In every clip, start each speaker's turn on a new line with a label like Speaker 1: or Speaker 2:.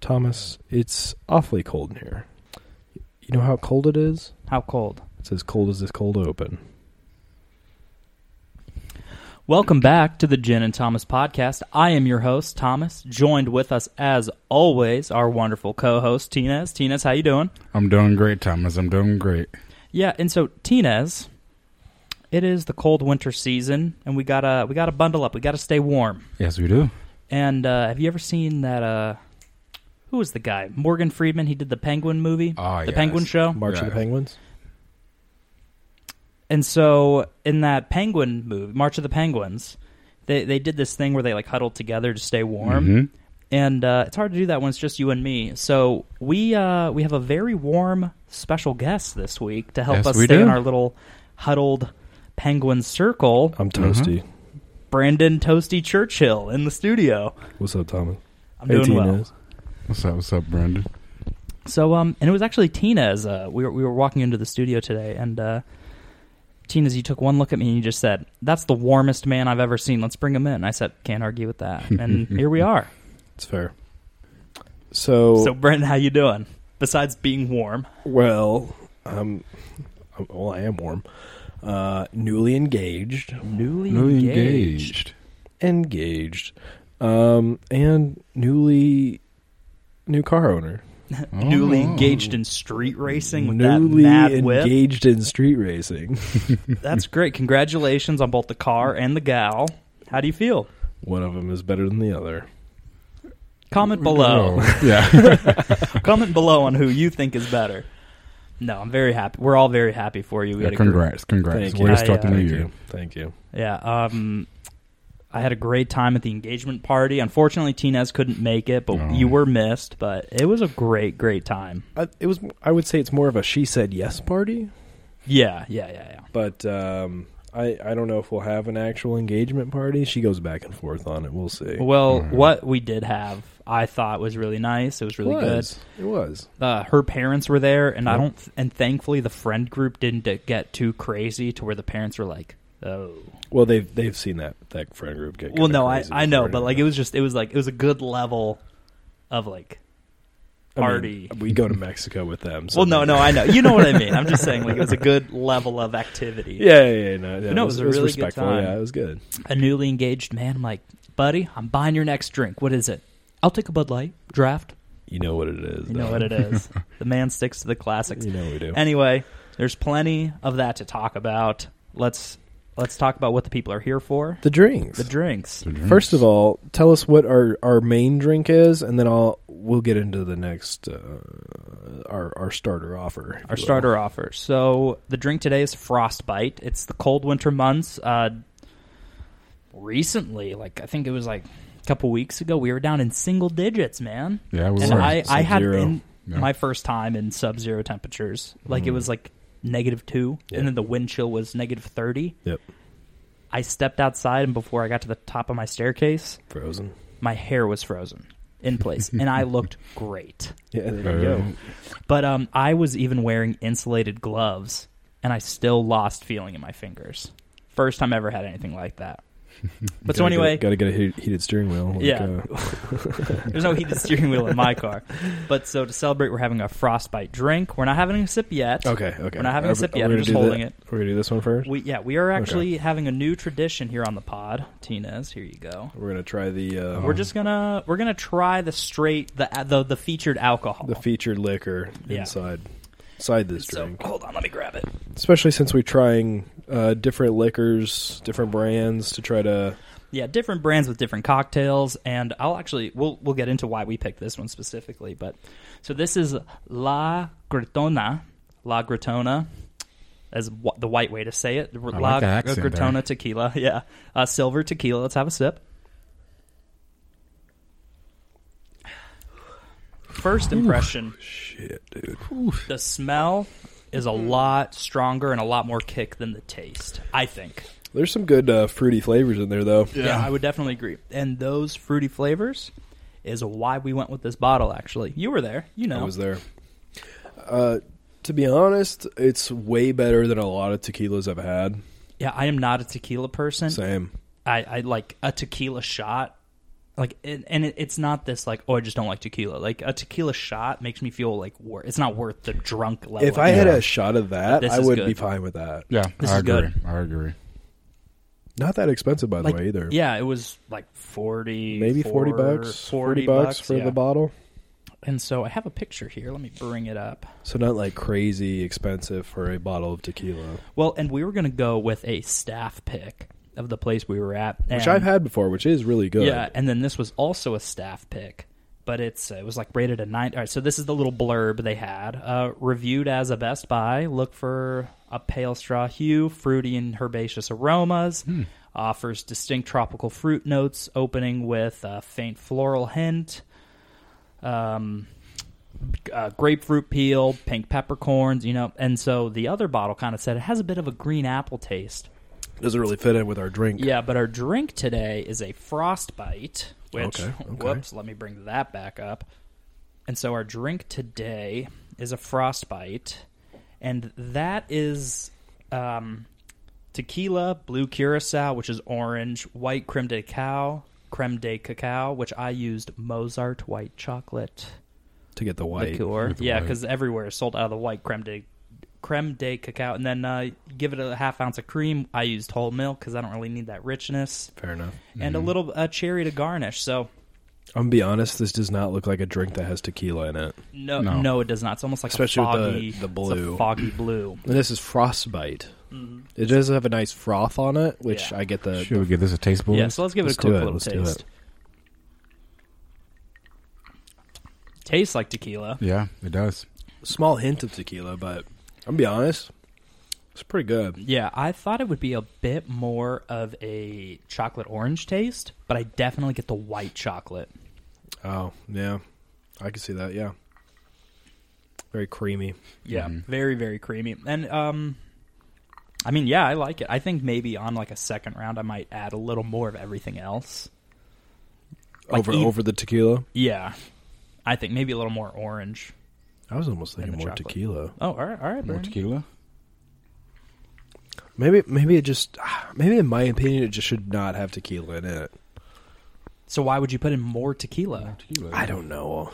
Speaker 1: Thomas, it's awfully cold in here. You know how cold it is?
Speaker 2: How cold?
Speaker 1: It's as cold as this cold open.
Speaker 2: Welcome back to the Jen and Thomas podcast. I am your host, Thomas. Joined with us, as always, our wonderful co-host, Tinez. Tinez, how you doing?
Speaker 3: I'm doing great, Thomas. I'm doing great.
Speaker 2: Yeah, and so Tinez, it is the cold winter season, and we gotta we gotta bundle up. We gotta stay warm.
Speaker 3: Yes, we do.
Speaker 2: And uh, have you ever seen that? Uh, who was the guy? Morgan Friedman. He did the Penguin movie,
Speaker 3: Ah,
Speaker 2: the
Speaker 3: yes.
Speaker 2: Penguin Show.
Speaker 1: March of the
Speaker 3: Yeah.
Speaker 1: Penguins.
Speaker 2: And so in that Penguin movie, March of the Penguins, they they did this thing where they like huddled together to stay warm,
Speaker 3: Mhm.
Speaker 2: and uh, it's hard to do that when it's just you and me. So we uh, we have a very warm special guest this week to help
Speaker 3: Yes,
Speaker 2: us
Speaker 3: we
Speaker 2: stay in
Speaker 3: do.
Speaker 2: our little huddled Penguin circle.
Speaker 1: I'm toasty.
Speaker 2: Brandon Toasty Churchill in the studio.
Speaker 1: What's up, Thomas?
Speaker 2: I'm doing well.
Speaker 3: What's up? What's up, Brandon?
Speaker 2: So, um, and it was actually Tina's. Uh, we were we were walking into the studio today, and uh, Tina's. You took one look at me and you just said, "That's the warmest man I've ever seen. Let's bring him in." And I said, "Can't argue with that." And here we are.
Speaker 1: It's fair. So,
Speaker 2: So, Brent, how you doing? Besides being warm,
Speaker 1: well, um, I'm- well, I am warm. Uh, newly engaged,
Speaker 2: newly,
Speaker 3: Newly
Speaker 2: engaged.
Speaker 3: engaged.
Speaker 1: engaged, um, and newly new car owner.
Speaker 2: Newly
Speaker 3: Oh.
Speaker 2: engaged in street racing with
Speaker 1: newly
Speaker 2: that mad whip.
Speaker 1: engaged in street racing.
Speaker 2: That's great. Congratulations on both the car and the gal. How do you feel?
Speaker 1: One of them is better than the other.
Speaker 2: Comment below.
Speaker 3: Oh, yeah.
Speaker 2: Comment below on who you think is better. No, I'm very happy. We're all very happy for you. We had a great-
Speaker 3: congrats. Congrats.
Speaker 1: Thank
Speaker 3: Way
Speaker 2: you.
Speaker 3: to start the
Speaker 2: I, uh,
Speaker 3: new
Speaker 1: Thank
Speaker 3: year.
Speaker 1: you. Thank you.
Speaker 2: Yeah. Um, I had a great time at the engagement party. Unfortunately, Tinez couldn't make it, but
Speaker 3: Oh.
Speaker 2: you were missed. But it was a great, great time.
Speaker 1: I, it was. I would say it's more of a she said yes party,
Speaker 2: Yeah, yeah, yeah, yeah.
Speaker 1: but um, I I don't know if we'll have an actual engagement party. She goes back and forth on it. We'll see.
Speaker 2: Well,
Speaker 3: Mhm.
Speaker 2: what we did have, I thought was really nice. It was really
Speaker 1: was. It was.
Speaker 2: good. Uh, her parents were there, and I
Speaker 1: Yep.
Speaker 2: don't, and thankfully the friend group didn't d- get too crazy to where the parents were like, "Oh,
Speaker 1: Well, they've they've seen that that friend group get.
Speaker 2: well,
Speaker 1: kinda
Speaker 2: no, I,
Speaker 1: crazy
Speaker 2: I know,"
Speaker 1: before,
Speaker 2: but like it was just, it was like it was a good level of like
Speaker 1: I mean,
Speaker 2: party.
Speaker 1: we go to Mexico with them. So
Speaker 2: Well, no, no, I know. You know what I mean. I'm just saying, like, it was a good level of activity.
Speaker 1: Yeah, yeah, yeah, no, yeah,
Speaker 2: No, it was a really good
Speaker 1: respectful.
Speaker 2: time.
Speaker 1: Yeah, it was good.
Speaker 2: A newly engaged man, like, buddy, I'm buying your next drink. What is it? I'll take a Bud Light draft.
Speaker 1: You know what it is.
Speaker 2: You know
Speaker 1: though.
Speaker 2: what it is. the man sticks to the classics.
Speaker 1: You know we do.
Speaker 2: Anyway, there's plenty of that to talk about. Let's let's talk about what the people are here for.
Speaker 1: the drinks.
Speaker 2: The drinks.
Speaker 1: First of all, tell us what our, our main drink is, and then I'll we'll get into the next uh, our our starter offer. if you
Speaker 2: our
Speaker 1: will.
Speaker 2: starter offer. So the drink today is Frostbite. It's the cold winter months. Uh, recently, like I think it was like a couple weeks ago, we were down in single digits, man.
Speaker 3: Yeah, it was
Speaker 2: And
Speaker 3: rough.
Speaker 2: I, I had
Speaker 1: Sub-zero.
Speaker 2: in
Speaker 3: Yeah.
Speaker 2: my first time in sub-zero temperatures. Like it was like negative two,
Speaker 1: Mm-hmm. Yeah.
Speaker 2: and then the wind chill was negative thirty.
Speaker 1: Yep,
Speaker 2: I stepped outside, and before I got to the top of my staircase,
Speaker 1: frozen.
Speaker 2: my hair was frozen in place, and I looked great.
Speaker 1: Yeah, there
Speaker 3: Uh,
Speaker 1: you go.
Speaker 2: But um, I was even wearing insulated gloves, and I still lost feeling in my fingers. First time I ever had anything like that. But so
Speaker 1: Gotta get-
Speaker 2: anyway,
Speaker 1: gotta get a heat- heated steering wheel. like,
Speaker 2: Yeah.
Speaker 1: uh,
Speaker 2: there's no heated steering wheel in my car. But so to celebrate, we're having a frostbite drink. We're not having a sip yet.
Speaker 1: okay, okay.
Speaker 2: We're not having a
Speaker 1: Are-
Speaker 2: sip
Speaker 1: are
Speaker 2: yet.
Speaker 1: we
Speaker 2: I'm
Speaker 1: gonna
Speaker 2: just
Speaker 1: do
Speaker 2: holding
Speaker 1: that-
Speaker 2: it.
Speaker 1: We're gonna do this one first.
Speaker 2: We yeah, we are actually having a new tradition here on the pod. Tina's here. You go.
Speaker 1: We're gonna try the uh,
Speaker 2: We're just gonna we're gonna try the straight the the the featured alcohol.
Speaker 1: the featured liquor
Speaker 2: Yeah.
Speaker 1: inside inside this
Speaker 2: so
Speaker 1: drink,
Speaker 2: hold on, let me grab it.
Speaker 1: especially since we're trying uh, different liquors, different brands to try to.
Speaker 2: Yeah, different brands with different cocktails, and I'll actually we'll we'll get into why we picked this one specifically. But so this is La Gratona, La Gratona, as wh- the white way to say it.
Speaker 3: like
Speaker 2: La
Speaker 3: the accent there.
Speaker 2: Gratona tequila, yeah, uh, silver tequila. Let's have a sip. First impression,
Speaker 1: Shit, dude.
Speaker 2: the smell is a
Speaker 3: Mm.
Speaker 2: lot stronger and a lot more kick than the taste. I think.
Speaker 1: There's some good uh, fruity flavors in there, though.
Speaker 2: Yeah. I would definitely agree. And those fruity flavors is why we went with this bottle. Actually, you were there. You know,
Speaker 1: I was there. Uh, to be honest, it's way better than a lot of tequilas I've had.
Speaker 2: yeah. I am not a tequila person.
Speaker 1: Same.
Speaker 2: I, I like a tequila shot. like it, and it, it's not this like oh I just don't like tequila. Like a tequila shot makes me feel like wor- it's not worth the drunk level.
Speaker 1: If I had
Speaker 3: Yeah.
Speaker 1: a shot of that,
Speaker 2: Oh, This
Speaker 1: I
Speaker 2: is
Speaker 1: would
Speaker 2: good.
Speaker 1: be fine with that.
Speaker 3: Yeah,
Speaker 2: This
Speaker 3: I
Speaker 2: is
Speaker 3: agree.
Speaker 2: good.
Speaker 3: I agree.
Speaker 1: Not that expensive, by the
Speaker 2: Like,
Speaker 1: way, either.
Speaker 2: yeah, it was like forty,
Speaker 1: Maybe 40 bucks, 40 bucks for
Speaker 2: yeah.
Speaker 1: the bottle.
Speaker 2: And so I have a picture here. Let me bring it up.
Speaker 1: So not like crazy expensive for a bottle of tequila,
Speaker 2: Well, and we were going to go with a staff pick of the place we were at,
Speaker 1: which
Speaker 2: and-
Speaker 1: I've had before, which is really good.
Speaker 2: Yeah, and then this was also a staff pick, but it's uh, it was like rated a nine. All right, so this is the little blurb they had. Uh, reviewed as a Best Buy, look for a pale straw hue, fruity and herbaceous aromas. Offers distinct tropical fruit notes, opening with a faint floral hint. Um, uh, grapefruit peel, pink peppercorns, you know, and so the other bottle kind of said it has a bit of a green apple taste.
Speaker 1: Doesn't really fit in with our drink.
Speaker 2: Yeah, but our drink today is a frostbite, which
Speaker 1: Okay, okay.
Speaker 2: whoops, let me bring that back up. And so our drink today is a frostbite, and that is um, tequila, blue curacao, which is orange, white creme de cacao, creme de cacao, which I used Mozart white chocolate
Speaker 1: To get the white.
Speaker 2: liqueur.
Speaker 3: with the
Speaker 2: Yeah,
Speaker 3: white.
Speaker 2: because everywhere is sold out of the white creme de creme de cacao, and then uh, give it a half ounce of cream. I used whole milk because I don't really need that richness,
Speaker 1: Fair enough.
Speaker 2: and a
Speaker 1: Mm-hmm.
Speaker 2: little uh, cherry to garnish. So
Speaker 1: I'm gonna be honest. This does not look like a drink that has tequila in it.
Speaker 2: no, no,
Speaker 3: No.
Speaker 2: it does not. It's almost like
Speaker 1: Especially
Speaker 2: a
Speaker 1: with the-
Speaker 2: foggy,
Speaker 1: the
Speaker 2: it's a
Speaker 1: blue.
Speaker 2: foggy blue.
Speaker 1: And this is frostbite. It does have a nice froth on it, which
Speaker 2: Mm-hmm. Yeah.
Speaker 1: I get the.
Speaker 3: Should we give this a taste, boys?
Speaker 2: yeah, so let's give
Speaker 1: Mm-hmm. let's
Speaker 2: it a quick
Speaker 1: do it,
Speaker 2: little
Speaker 1: let's do
Speaker 2: taste.
Speaker 1: it.
Speaker 2: Tastes like tequila.
Speaker 3: Yeah, it does.
Speaker 1: small hint of tequila, but I'm gonna be honest, it's pretty good.
Speaker 2: Yeah, I thought it would be a bit more of a chocolate orange taste, but I definitely get the white chocolate.
Speaker 1: Oh yeah, I can see that. Yeah, very creamy.
Speaker 2: Yeah,
Speaker 3: Mhm.
Speaker 2: very very creamy. And um I mean, yeah, I like it. I think maybe on like a second round I might add a little more of everything else. Like
Speaker 1: over
Speaker 2: ev-
Speaker 1: over the tequila,
Speaker 2: Yeah. I think maybe a little more orange.
Speaker 1: I was almost
Speaker 2: And
Speaker 1: thinking
Speaker 2: the
Speaker 1: more
Speaker 2: chocolate.
Speaker 1: tequila.
Speaker 2: Oh, all right, all right.
Speaker 3: More
Speaker 2: Bernie.
Speaker 3: tequila.
Speaker 1: Maybe maybe it just ah, maybe in my opinion it just should not have tequila in it.
Speaker 2: So why would you put in more tequila?
Speaker 3: tequila.
Speaker 1: I don't know.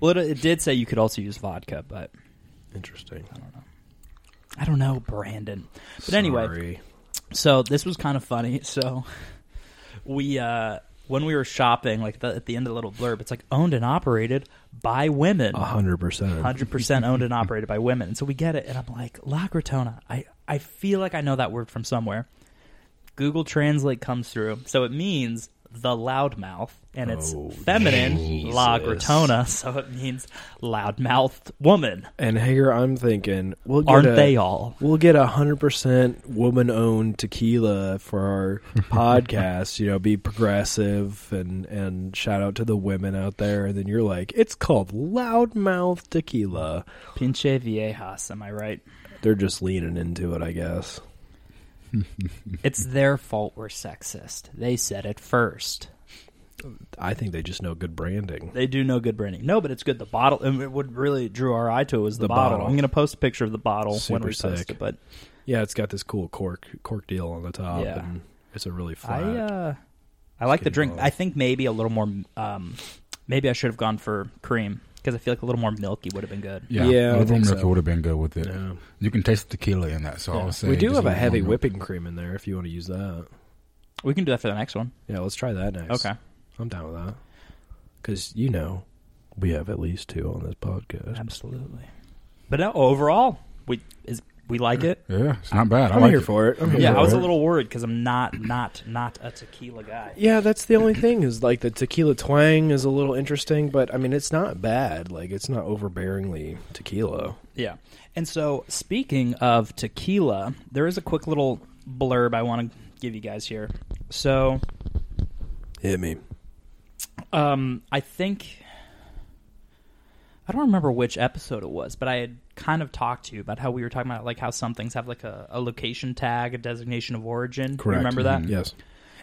Speaker 2: Well, it, it did say you could also use vodka, but
Speaker 1: Interesting.
Speaker 2: I don't know, Brandon. But anyway, so this was kind of funny so we uh when we were shopping like the, at the end of the little blurb it's like owned and operated by women
Speaker 1: a hundred percent.
Speaker 2: hundred percent owned and operated by women. And so we get it, and I'm like, La Gratona. I I feel like I know that word from somewhere. Google Translate comes through, so it means the loudmouth, and it's
Speaker 1: Oh,
Speaker 2: feminine La
Speaker 1: Jesus.
Speaker 2: Gratona, so it means loudmouthed woman.
Speaker 1: And Hager, I'm thinking, we'll get
Speaker 2: Aren't
Speaker 1: a-
Speaker 2: they all?
Speaker 1: We'll get a hundred percent woman-owned tequila for our podcast. You know, be progressive and and shout out to the women out there. And then you're like, it's called loudmouth tequila.
Speaker 2: Pinche viejas, am I right?
Speaker 1: They're just leaning into it, I guess.
Speaker 2: It's their fault we're sexist. They said it first.
Speaker 1: I think they just know good branding.
Speaker 2: They do no good branding. No, but it's good. The bottle, and it- what really drew our eye to it was the,
Speaker 1: The
Speaker 2: bottle.
Speaker 1: bottle.
Speaker 2: I'm going to post a picture of the bottle when
Speaker 1: Super
Speaker 2: we post
Speaker 1: sick.
Speaker 2: it, but
Speaker 1: Yeah, it's got this cool cork cork deal on the top,
Speaker 2: Yeah.
Speaker 1: and it's a really flat.
Speaker 2: I uh, I like the
Speaker 1: getting
Speaker 2: drink.
Speaker 1: low.
Speaker 2: I think maybe a little more. Um, maybe I should have gone for cream because I feel like a little more milky would have been good.
Speaker 3: Yeah,
Speaker 1: Yeah, I
Speaker 3: a little more
Speaker 1: think
Speaker 3: milk
Speaker 1: so.
Speaker 3: would have been good with it.
Speaker 1: Yeah.
Speaker 3: You can taste the tequila in that, so
Speaker 2: Yeah.
Speaker 3: I'll say
Speaker 1: we do
Speaker 3: just
Speaker 1: have a
Speaker 3: little
Speaker 1: heavy
Speaker 3: more milk.
Speaker 1: whipping cream in there if you want to use that.
Speaker 2: We can do that for the next one.
Speaker 1: Yeah, let's try that next.
Speaker 2: Okay,
Speaker 1: I'm down with that. Because, you know, we have at least two on this podcast.
Speaker 2: absolutely. But no, overall, we is we like it.
Speaker 3: Yeah, it's not bad. I
Speaker 1: I'm
Speaker 3: like
Speaker 1: here
Speaker 3: it.
Speaker 1: for it. I'm here
Speaker 2: Yeah,
Speaker 1: for
Speaker 2: I was a
Speaker 1: it.
Speaker 2: little worried because I'm not not not a tequila guy.
Speaker 1: Yeah, that's the only thing is like the tequila twang is a little interesting, but I mean, it's not bad. Like, it's not overbearingly tequila.
Speaker 2: Yeah, and so speaking of tequila, there is a quick little blurb I want to give you guys here. So
Speaker 1: Hit me.
Speaker 2: Um, I think I don't remember which episode it was, but I had kind of talked to you about how we were talking about like how some things have like a, a location tag, a designation of origin. You
Speaker 1: Correct. Mm-hmm.
Speaker 2: remember that?
Speaker 3: Mhm.
Speaker 1: Yes.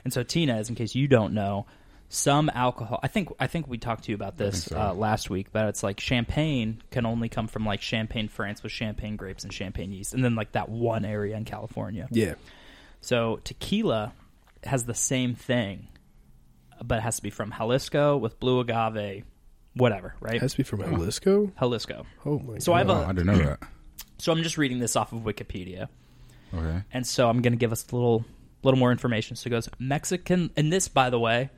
Speaker 2: And so Tina's, in case you don't know, some alcohol. I think I think we talked to you about this
Speaker 3: think so.
Speaker 2: uh, last week, but it's like champagne can only come from like Champagne, France, with champagne grapes and champagne yeast, and then like that one area in California.
Speaker 1: Yeah.
Speaker 2: So tequila has the same thing. but it has to be from Jalisco with blue agave, whatever, right?
Speaker 1: It has to be from Jalisco.
Speaker 2: Jalisco.
Speaker 1: Oh my
Speaker 2: So I
Speaker 1: god!
Speaker 2: have a-
Speaker 3: Oh, I didn't know that.
Speaker 2: So I'm just reading this off of Wikipedia.
Speaker 3: Okay.
Speaker 2: And so I'm going to give us a little little more information. So it goes Mexican and this by the way,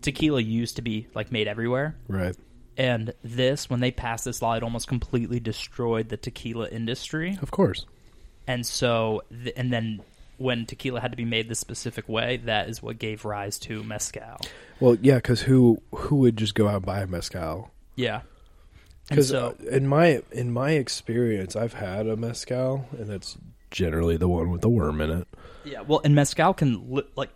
Speaker 2: tequila used to be like made everywhere.
Speaker 1: right.
Speaker 2: And this when they passed this law it almost completely destroyed the tequila industry.
Speaker 1: Of course.
Speaker 2: And so th- and then when tequila had to be made this specific way, that is what gave rise to mezcal.
Speaker 1: Well, yeah, because who who would just go out and buy a mezcal?
Speaker 2: Yeah. And
Speaker 1: Because
Speaker 2: so
Speaker 1: in my in my experience, I've had a mezcal, and it's generally the one with the worm in it.
Speaker 2: yeah, well and mezcal can li- like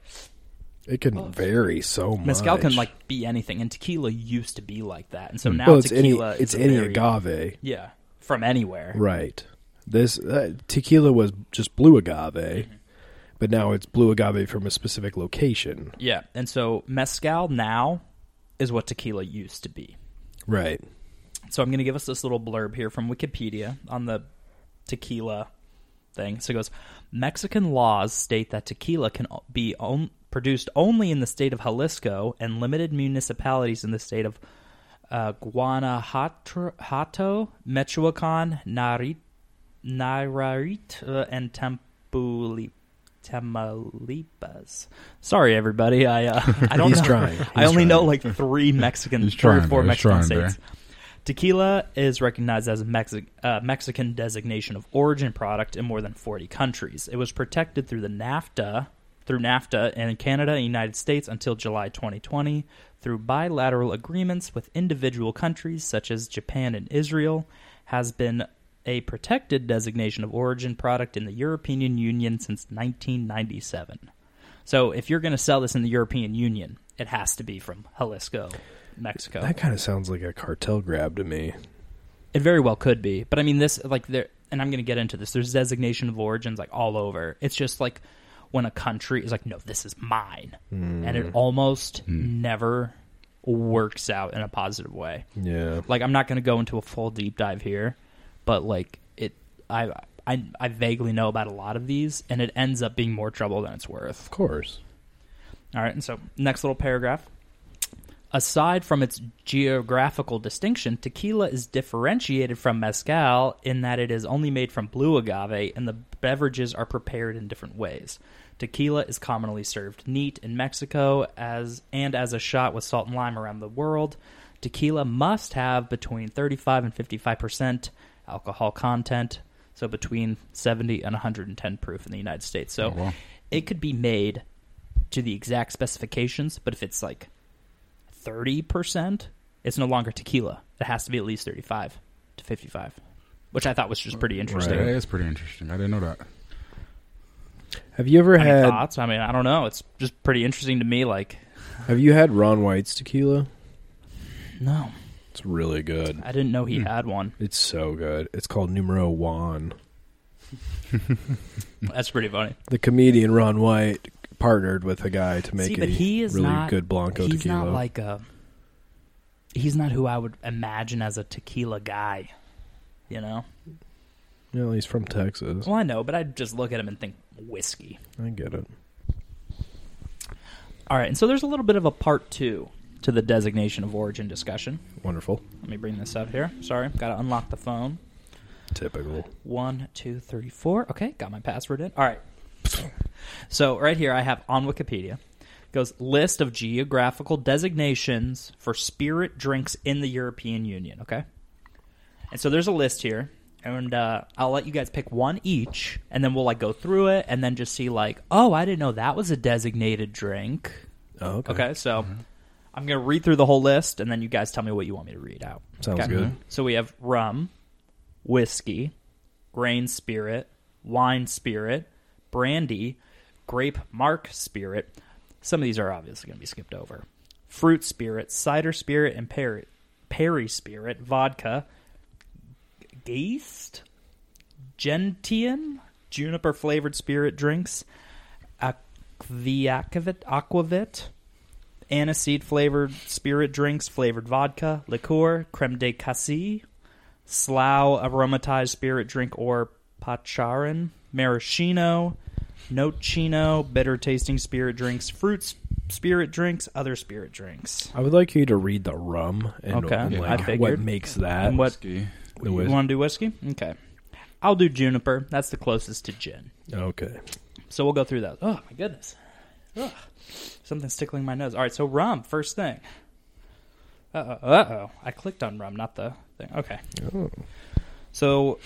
Speaker 1: It can vary so much.
Speaker 2: mezcal can like be anything and tequila used to be like that. And so now
Speaker 1: Hmm. well, it's any
Speaker 2: tequila is
Speaker 1: it's
Speaker 2: a
Speaker 1: any
Speaker 2: very-
Speaker 1: agave,
Speaker 2: Yeah, from anywhere.
Speaker 1: right? This uh, tequila was just blue agave,
Speaker 2: Mm-hmm.
Speaker 1: but now it's blue agave from a specific location,
Speaker 2: Yeah, and so mezcal now is what tequila used to be.
Speaker 1: right?
Speaker 2: So I'm going to give us this little blurb here from Wikipedia on the tequila thing. So it goes Mexican laws state that tequila can o- be on, produced only in the state of Jalisco and limited municipalities in the state of uh, Guanajuato, Michoacan, Narit, Nayarit, uh, and Tampuli. Tamaulipas. Sorry, everybody. I uh, I don't
Speaker 1: He's
Speaker 2: know.
Speaker 1: trying.
Speaker 2: I
Speaker 1: He's
Speaker 2: only
Speaker 1: trying.
Speaker 2: know like three Mexican,
Speaker 3: He's
Speaker 2: three or
Speaker 3: trying,
Speaker 2: four
Speaker 3: bro. He's
Speaker 2: Mexican
Speaker 3: trying, bro.
Speaker 2: states. Tequila is recognized as a Mexi- uh, Mexican designation of origin product in more than 40 countries. It was protected through the NAFTA, through NAFTA in Canada and United States until July 2020, through bilateral agreements with individual countries such as Japan and Israel, has been a protected designation of origin product in the European Union since 1997. So if you're going to sell this in the European Union, it has to be from Jalisco, Mexico.
Speaker 1: That kind of sounds like a cartel grab to me.
Speaker 2: It very well could be, but I mean this like there, and I'm going to get into this. There's designation of origins like all over. It's just like when a country is like, no, this is mine, and it almost never works out in a positive way.
Speaker 1: Yeah,
Speaker 2: Like I'm not going to go into a full deep dive here, but like it, I, I, I vaguely know about a lot of these, and it ends up being more trouble than it's worth.
Speaker 1: of course.
Speaker 2: All right, and so next little paragraph. Aside from its geographical distinction, tequila is differentiated from mezcal in that it is only made from blue agave and the beverages are prepared in different ways. Tequila is commonly served neat in Mexico as and as a shot with salt and lime around the world. Tequila must have between 35 and 55% alcohol content, so between 70 and 110 proof in the United States. So
Speaker 3: Oh, wow.
Speaker 2: it could be made to the exact specifications, but if it's like 30%, it's no longer tequila. It has to be at least 35 to 55, which I thought was just pretty interesting.
Speaker 3: Right. That is pretty interesting. I didn't know that.
Speaker 1: Have you ever
Speaker 2: Any
Speaker 1: had
Speaker 2: thoughts? I mean, I don't know. It's just pretty interesting to me. Like,
Speaker 1: Have you had Ron White's tequila?
Speaker 2: no,
Speaker 1: It's really good.
Speaker 2: I didn't know he had one.
Speaker 1: It's so good. It's called Numero One.
Speaker 2: That's pretty funny.
Speaker 1: The comedian Ron White partnered with a guy to make
Speaker 2: See,
Speaker 1: a
Speaker 2: but he is
Speaker 1: really
Speaker 2: not-
Speaker 1: good Blanco
Speaker 2: he's
Speaker 1: tequila.
Speaker 2: not like a. He's not who I would imagine as a tequila guy, you know.
Speaker 1: you know, he's from Texas.
Speaker 2: Well, I know, but I just look at him and think whiskey.
Speaker 1: I get it.
Speaker 2: All right, and so there's a little bit of a part two to the designation of origin discussion.
Speaker 1: Wonderful.
Speaker 2: Let me bring this up here. Sorry, got to unlock the phone.
Speaker 1: Typical.
Speaker 2: One, two, three, four. Okay, got my password in. All right. So right here, I have on Wikipedia it goes list of geographical designations for spirit drinks in the European Union. Okay, and so there's a list here, and uh, I'll let you guys pick one each, and then we'll like go through it, and then just see like, oh, I didn't know that was a designated drink.
Speaker 1: Oh, okay.
Speaker 2: Okay, so I'm gonna read through the whole list, and then you guys tell me what you want me to read out.
Speaker 1: Sounds
Speaker 2: Okay.
Speaker 1: good.
Speaker 2: So we have rum, whiskey, grain spirit, wine spirit, brandy, grape mark spirit. Some of these are obviously going to be skipped over. Fruit spirit, cider spirit, and perry, perry spirit, vodka, geist, gentian, juniper flavored spirit drinks, aquavit, aquavit, aniseed flavored spirit drinks, flavored vodka, liqueur, creme de cassis, slough aromatized spirit drink or pacharan, maraschino, nocino, bitter tasting spirit drinks, fruits spirit drinks, other spirit drinks.
Speaker 1: I would like you to read the rum and,
Speaker 2: Okay,
Speaker 1: and,
Speaker 3: I
Speaker 1: like what
Speaker 2: figured.
Speaker 1: makes that.
Speaker 2: And what-
Speaker 3: Whiskey.
Speaker 1: the
Speaker 2: you
Speaker 1: whis-
Speaker 2: want to do whiskey? Okay. I'll do juniper. That's the closest to gin.
Speaker 1: okay.
Speaker 2: So we'll go through those. Oh my goodness. Ugh. Something's tickling my nose. All right, so rum first thing. Uh oh. Uh oh. I clicked on rum, not the thing. Okay.
Speaker 1: Oh,
Speaker 2: So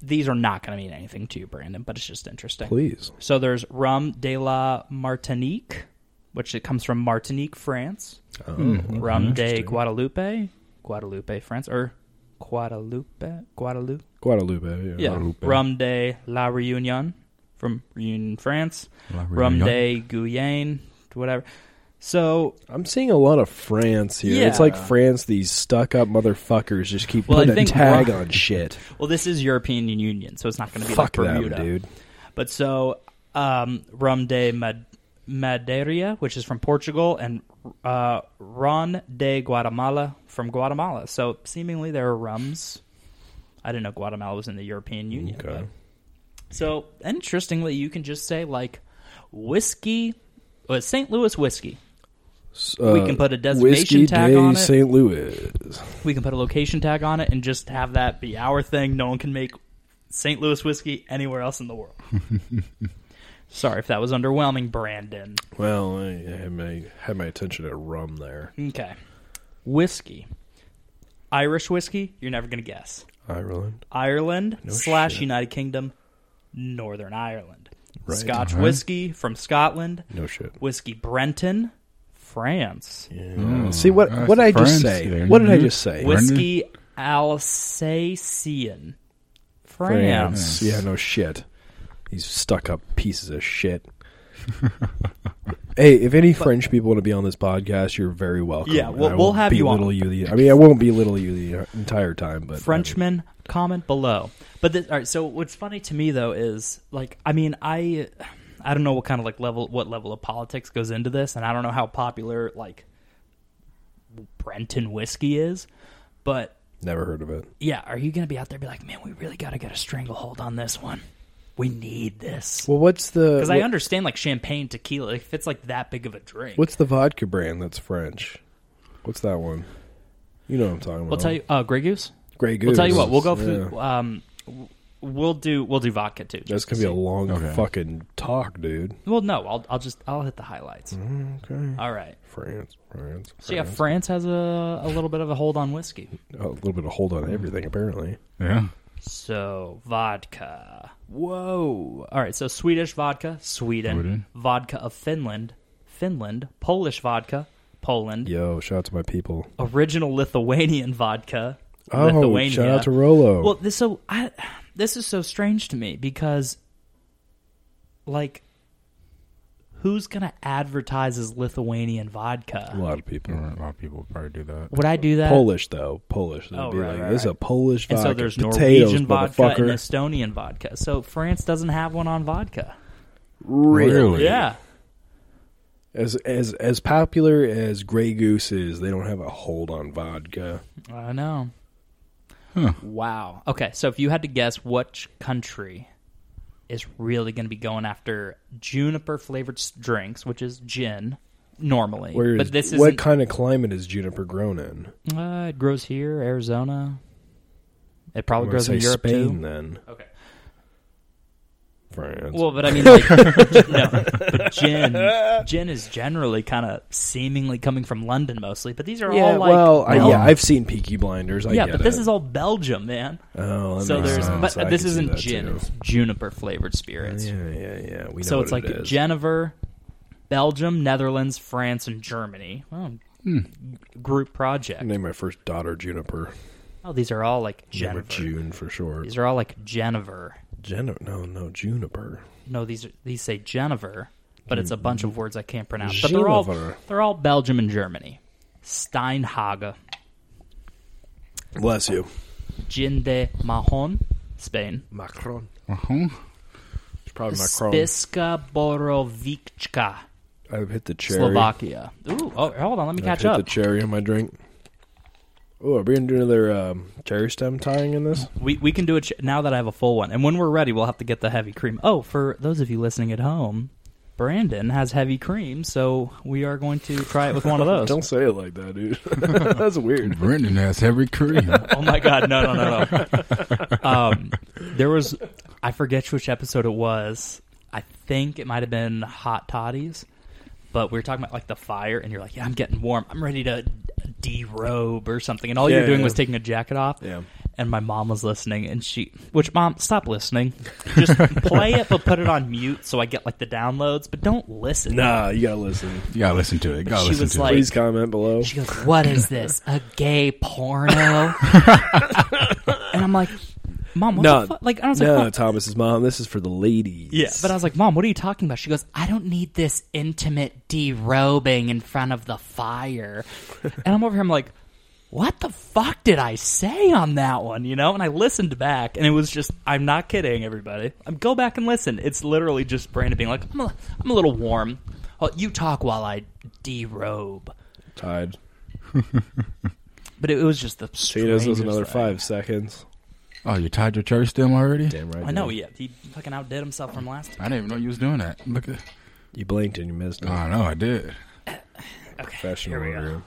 Speaker 2: these are not going to mean anything to you, Brandon, but it's just interesting.
Speaker 1: please.
Speaker 2: So there's rum de la Martinique, which it comes from Martinique, France.
Speaker 1: Oh,
Speaker 3: Mm,
Speaker 2: Rum de
Speaker 1: interesting.
Speaker 2: Guadalupe, Guadalupe, France, or Guadalupe, Guadalupe.
Speaker 1: Guadalupe.
Speaker 2: Yeah, rum de la Réunion from Réunion, France. Rum de Guyane, whatever. So
Speaker 1: I'm seeing a lot of France here. It's like
Speaker 2: Yeah.
Speaker 1: France. These stuck-up motherfuckers just keep
Speaker 2: Well, I
Speaker 1: putting a
Speaker 2: think
Speaker 1: tag
Speaker 2: rum-
Speaker 1: on shit.
Speaker 2: Well, this is European Union, so it's not going to be
Speaker 1: Fuck
Speaker 2: like
Speaker 1: them,
Speaker 2: Bermuda.
Speaker 1: dude.
Speaker 2: But so um, Rum de Mad- Madeira, which is from Portugal, and uh, Ron de Guatemala from Guatemala. So seemingly there are rums. I didn't know Guatemala was in the European Union.
Speaker 1: Okay.
Speaker 2: but- So interestingly, you can just say like whiskey, uh, St. Louis whiskey.
Speaker 1: S-
Speaker 2: we
Speaker 1: uh,
Speaker 2: can put a
Speaker 1: Whiskey
Speaker 2: designation tag
Speaker 1: Day,
Speaker 2: on it.
Speaker 1: St. Louis.
Speaker 2: we can put a location tag on it and just have that be our thing. No one can make St. Louis whiskey anywhere else in the world. Sorry if that was underwhelming, Brandon.
Speaker 1: Well, I had my had my attention at rum there.
Speaker 2: Okay. Whiskey. Irish whiskey, you're never going to guess.
Speaker 1: Ireland.
Speaker 2: Ireland
Speaker 1: No
Speaker 2: slash
Speaker 1: shit.
Speaker 2: United Kingdom, Northern Ireland.
Speaker 1: Right.
Speaker 2: Scotch
Speaker 3: Uh-huh.
Speaker 2: whiskey from Scotland.
Speaker 1: No shit.
Speaker 2: Whiskey Brenton, France.
Speaker 1: Yeah.
Speaker 3: Mm.
Speaker 1: See what
Speaker 3: Uh,
Speaker 1: what did I just
Speaker 3: France
Speaker 1: say?
Speaker 3: there.
Speaker 1: What did I
Speaker 3: Mhm.
Speaker 1: just say?
Speaker 3: Brenton?
Speaker 2: Whiskey Alsatian, France.
Speaker 1: France. Yeah, no shit. These stuck up pieces of shit. hey, if any French people want to be on this podcast, you're very welcome.
Speaker 2: Yeah,
Speaker 1: And
Speaker 2: we'll-
Speaker 1: I
Speaker 2: we'll
Speaker 1: won't
Speaker 2: have you on.
Speaker 1: belittle the, I mean, I won't belittle you the entire time, but
Speaker 2: Frenchman, comment below. But this, all right, so what's funny to me though is like I mean I I don't know what kind of like level what level of politics goes into this, and I don't know how popular like Brenton whiskey is, but
Speaker 1: never heard of it.
Speaker 2: yeah, are you gonna be out there and be like, man, we really got to get a stranglehold on this one. We need this
Speaker 1: Well, what's the
Speaker 2: because I understand like champagne, tequila. If it's like that big of a drink,
Speaker 1: what's the vodka brand that's French? What's that one? You know what I'm talking about.
Speaker 2: we'll tell you. Uh, Grey Goose.
Speaker 1: Grey Goose.
Speaker 2: We'll tell you what. We'll go
Speaker 1: Yeah.
Speaker 2: through. Um, w- we'll do. We'll do vodka too.
Speaker 1: That's
Speaker 2: just
Speaker 1: gonna
Speaker 2: to
Speaker 1: be a long
Speaker 3: Okay.
Speaker 1: fucking talk, dude.
Speaker 2: Well, no, I'll I'll just I'll hit the highlights.
Speaker 1: Mm-hmm. Okay.
Speaker 2: All right.
Speaker 1: France, France, Oh,
Speaker 2: So yeah, France has a a little bit of a hold on whiskey.
Speaker 1: a little bit of hold on everything, apparently.
Speaker 3: Yeah.
Speaker 2: So vodka. Whoa. All right. So Swedish vodka, Sweden.
Speaker 3: Sweden.
Speaker 2: Vodka of Finland, Finland. Polish vodka, Poland.
Speaker 1: Yo, shout out to my people.
Speaker 2: Original Lithuanian vodka,
Speaker 1: Oh,
Speaker 2: Lithuania.
Speaker 1: shout out to Rolo.
Speaker 2: Well, this so I this is so strange to me because like who's going to advertise as Lithuanian vodka?
Speaker 1: a lot of people.
Speaker 3: There weren't A lot of people probably do that.
Speaker 2: Would I do that?
Speaker 1: Polish though, Polish. They'd
Speaker 2: Oh,
Speaker 1: be
Speaker 2: right,
Speaker 1: like,
Speaker 2: right,
Speaker 1: this is a
Speaker 2: right.
Speaker 1: Polish
Speaker 2: And
Speaker 1: vodka.
Speaker 2: so there's
Speaker 1: Potatoes,
Speaker 2: Norwegian vodka and
Speaker 1: motherfucker.
Speaker 2: Estonian vodka. So France doesn't have one on vodka.
Speaker 3: Really?
Speaker 2: Yeah.
Speaker 1: As as as popular as Grey Goose is, they don't have a hold on vodka.
Speaker 2: I know.
Speaker 3: Huh.
Speaker 2: Wow. Okay, so if you had to guess which country is really going to be going after juniper flavored s- drinks, which is gin normally.
Speaker 1: Where
Speaker 2: but
Speaker 1: is-
Speaker 2: this
Speaker 1: what
Speaker 2: is
Speaker 1: kind of climate is juniper grown in?
Speaker 2: uh, it grows here, Arizona. It
Speaker 1: I'm
Speaker 2: probably
Speaker 1: gonna
Speaker 2: grows in
Speaker 1: say
Speaker 2: Europe
Speaker 1: Spain
Speaker 2: too.
Speaker 1: then.
Speaker 2: Okay.
Speaker 1: France.
Speaker 2: Well, but I mean, like, no, but gin, gin is generally kind of seemingly coming from London mostly. But these are
Speaker 1: yeah,
Speaker 2: all like,
Speaker 1: well, I,
Speaker 2: Bel-
Speaker 1: yeah, I've seen Peaky Blinders. I
Speaker 2: yeah,
Speaker 1: get
Speaker 2: but this
Speaker 1: it.
Speaker 2: is all Belgium, man.
Speaker 1: Oh, that
Speaker 2: so
Speaker 1: makes
Speaker 2: there's,
Speaker 1: sense.
Speaker 2: but
Speaker 1: I
Speaker 2: this
Speaker 1: can see
Speaker 2: isn't
Speaker 1: that,
Speaker 2: gin;
Speaker 1: too.
Speaker 2: it's juniper flavored spirits.
Speaker 1: Yeah, yeah, yeah. We know
Speaker 2: so it's
Speaker 1: what
Speaker 2: like
Speaker 1: it is.
Speaker 2: Genever, Belgium, Netherlands, France, and Germany. Well,
Speaker 1: Hmm.
Speaker 2: Group
Speaker 1: I
Speaker 2: project.
Speaker 1: named my first daughter Juniper.
Speaker 2: Oh, these are all like
Speaker 1: Juniper
Speaker 2: Genever.
Speaker 1: June for short.
Speaker 2: These are all like Genever.
Speaker 1: Jennifer? No, no, Juniper.
Speaker 2: No, these are, these say Genever, but it's a bunch of words I can't pronounce. But they're all
Speaker 1: Genever.
Speaker 2: they're all Belgium and Germany. Steinhaga,
Speaker 1: Bless you.
Speaker 2: Gin de Mahon, Spain.
Speaker 1: Macron.
Speaker 3: Uh-huh.
Speaker 1: It's probably Macron.
Speaker 2: Spiska Borovichka,
Speaker 1: I've hit the cherry.
Speaker 2: Slovakia. Ooh, oh, hold on, let me
Speaker 1: I've
Speaker 2: catch
Speaker 1: hit
Speaker 2: up.
Speaker 1: the cherry on my drink. Oh, are we going to do another um, cherry stem tying in this?
Speaker 2: We, we can do it ch- now that I have a full one. And when we're ready, we'll have to get the heavy cream. Oh, for those of you listening at home, Brandon has heavy cream, so we are going to try it with one of those.
Speaker 1: Don't say it like that, dude. That's weird.
Speaker 3: Brendan has every cream.
Speaker 2: oh my god, no, no, no, no. Um, there was, I forget which episode it was. I think it might have been hot toddies, but we were talking about like the fire, and you're like, "Yeah, I'm getting warm. I'm ready to derobe or something," and all you
Speaker 1: Yeah,
Speaker 2: were doing
Speaker 1: yeah.
Speaker 2: was taking a jacket off.
Speaker 1: Yeah.
Speaker 2: And my mom was listening, and she, which mom, stop listening. Just play it, but put it on mute so I get like the downloads, but don't listen.
Speaker 1: Nah, you gotta listen.
Speaker 3: You gotta listen to it. You gotta
Speaker 2: She
Speaker 3: listen
Speaker 2: was
Speaker 3: to
Speaker 2: like-
Speaker 3: it.
Speaker 1: Please comment below.
Speaker 2: She goes, "What is this? A gay porno?" and I'm like, "Mom, what
Speaker 1: No.
Speaker 2: the fuck?" Like, I was like,
Speaker 1: No,
Speaker 2: "Mom."
Speaker 1: Thomas's mom. This is for the ladies.
Speaker 2: Yeah, but I was like, "Mom, what are you talking about?" She goes, "I don't need this intimate derobing in front of the fire." and I'm over here. I'm like, "What the fuck did I say on that one?" You know? And I listened back, and it was just, I'm not kidding, everybody. Um, go back and listen. It's literally just Brandon being like, "I'm a, I'm a little warm." Oh, you talk while I derobe.
Speaker 1: tied.
Speaker 2: But it, it was just the
Speaker 1: Tina's was
Speaker 2: strangest
Speaker 1: another
Speaker 2: thing.
Speaker 1: five seconds.
Speaker 3: Oh, you tied your cherry stem already?
Speaker 1: Damn right.
Speaker 2: I know,
Speaker 1: dude.
Speaker 2: yeah. He fucking outdid himself from last
Speaker 3: I didn't even know you was doing that. Look at.
Speaker 1: You blinked and you missed it.
Speaker 3: Oh no, I did.
Speaker 1: Professional.
Speaker 2: here we go.
Speaker 1: over here.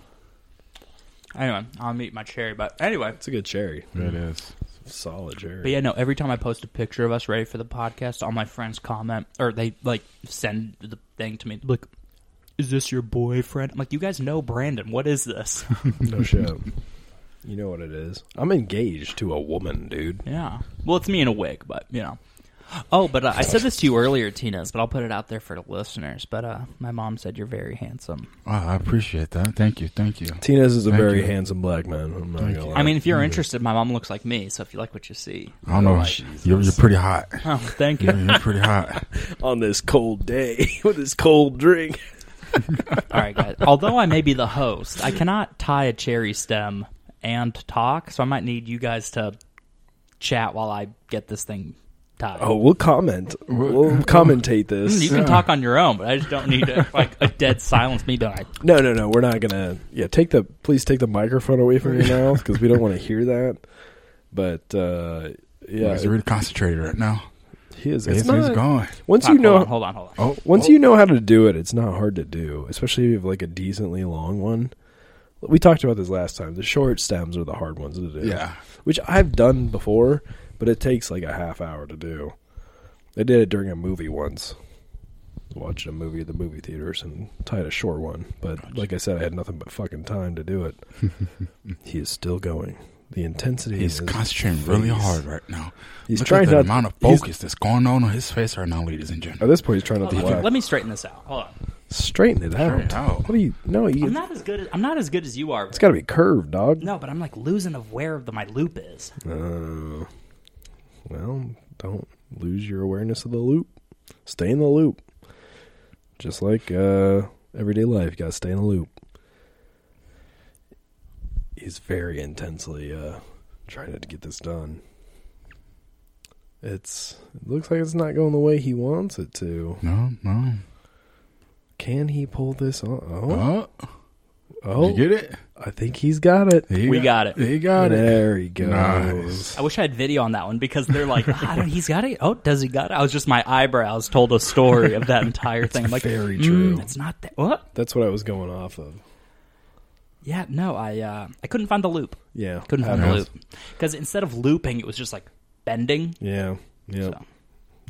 Speaker 2: Anyway, I'll meet my cherry, but anyway.
Speaker 1: It's a good cherry.
Speaker 3: That is.
Speaker 1: Solid cherry.
Speaker 2: But yeah, no, every time I post a picture of us ready for the podcast, all my friends comment, or they, like, send the thing to me, like, is this your boyfriend? I'm like, you guys know Brandon. What is this?
Speaker 1: No shit. You know what it is. I'm engaged to a woman, dude.
Speaker 2: yeah. Well, it's me in a wig, but, you know. Oh, but uh, I said this to you earlier, Tina's, but I'll put it out there for the listeners. But uh, my mom said you're very handsome.
Speaker 3: Oh, I appreciate that. Thank you. Thank you.
Speaker 1: Tinez is a
Speaker 3: Thank
Speaker 1: very
Speaker 3: you.
Speaker 1: handsome black man. I'm not
Speaker 3: Thank
Speaker 1: gonna
Speaker 3: you.
Speaker 1: lie.
Speaker 2: I mean, if you're interested, my mom looks like me, so if you like what you see.
Speaker 3: I don't know.
Speaker 1: Oh,
Speaker 3: sh- you're, you're pretty hot.
Speaker 2: Oh, thank you.
Speaker 3: You're, you're pretty hot.
Speaker 1: on this cold day with this cold drink.
Speaker 2: All right, guys. Although I may be the host, I cannot tie a cherry stem and talk, so I might need you guys to chat while I get this thing tied.
Speaker 1: Oh, we'll comment. We'll commentate
Speaker 2: you
Speaker 1: this.
Speaker 2: can talk on your own, but I just don't need to, like a dead silence. Me dying.
Speaker 1: No, no, no. We're not gonna. Yeah, take the please take the microphone away from your mouth because we don't want to hear that. But uh, yeah,
Speaker 3: He's really concentrated right now.
Speaker 1: he is.
Speaker 3: He's,
Speaker 1: It's
Speaker 3: he's
Speaker 1: not,
Speaker 3: gone.
Speaker 1: once you
Speaker 2: Hold
Speaker 1: know
Speaker 2: on, hold on, hold on.
Speaker 3: Oh,
Speaker 1: Once
Speaker 3: oh.
Speaker 1: you know how to do it, it's not hard to do, especially if you have like a decently long one. We talked about this last time. The short stems are the hard ones to do.
Speaker 3: Yeah.
Speaker 1: Which I've done before, but it takes like a half hour to do. I did it during a movie once. Watching a movie at the movie theaters and tied a short one. But like I said, I had nothing but fucking time to do it. he is still going. The intensity
Speaker 3: He's
Speaker 1: is
Speaker 3: concentrating really
Speaker 1: face.
Speaker 3: hard right now.
Speaker 1: He's
Speaker 3: Look
Speaker 1: trying
Speaker 3: at the
Speaker 1: not-
Speaker 3: amount of
Speaker 1: he's-
Speaker 3: focus that's going on on his face right now, ladies and
Speaker 1: at
Speaker 3: gentlemen.
Speaker 1: this point he's trying not to
Speaker 2: Hold on.
Speaker 1: laugh.
Speaker 2: Let me straighten this out. Hold on.
Speaker 1: Straighten it out.
Speaker 3: Straighten it out.
Speaker 1: What do you no, you,
Speaker 2: I'm not as good. As, I'm not as good as you are.
Speaker 1: it's gotta be curved, dog.
Speaker 2: no, but I'm like losing of where the, my loop is.
Speaker 1: Uh, well, don't lose your awareness of the loop. Stay in the loop. Just like uh, everyday life, you got to stay in the loop. He's very intensely uh, trying to get this done. It's it looks like it's not going the way he wants it to.
Speaker 3: No, no.
Speaker 1: Can he pull this on?
Speaker 3: Oh,
Speaker 1: Oh, oh
Speaker 3: you get it?
Speaker 1: I think he's got it.
Speaker 3: He
Speaker 2: We got it.
Speaker 3: He got it.
Speaker 1: There he goes.
Speaker 3: Nice.
Speaker 2: I wish I had video on that one because they're like, I don't, he's got it. Oh, does he got it? I was just my eyebrows told a story of that entire thing. I'm like,
Speaker 1: Very
Speaker 2: "Mm,
Speaker 1: true.
Speaker 2: it's not that. What?
Speaker 1: That's what I was going off of.
Speaker 2: Yeah, no, I uh, I couldn't find the loop.
Speaker 1: Yeah,
Speaker 3: Oh,
Speaker 2: Couldn't
Speaker 1: How
Speaker 2: find the
Speaker 1: does-
Speaker 2: loop because instead of looping, it was just like bending.
Speaker 1: Yeah, yeah.
Speaker 2: So.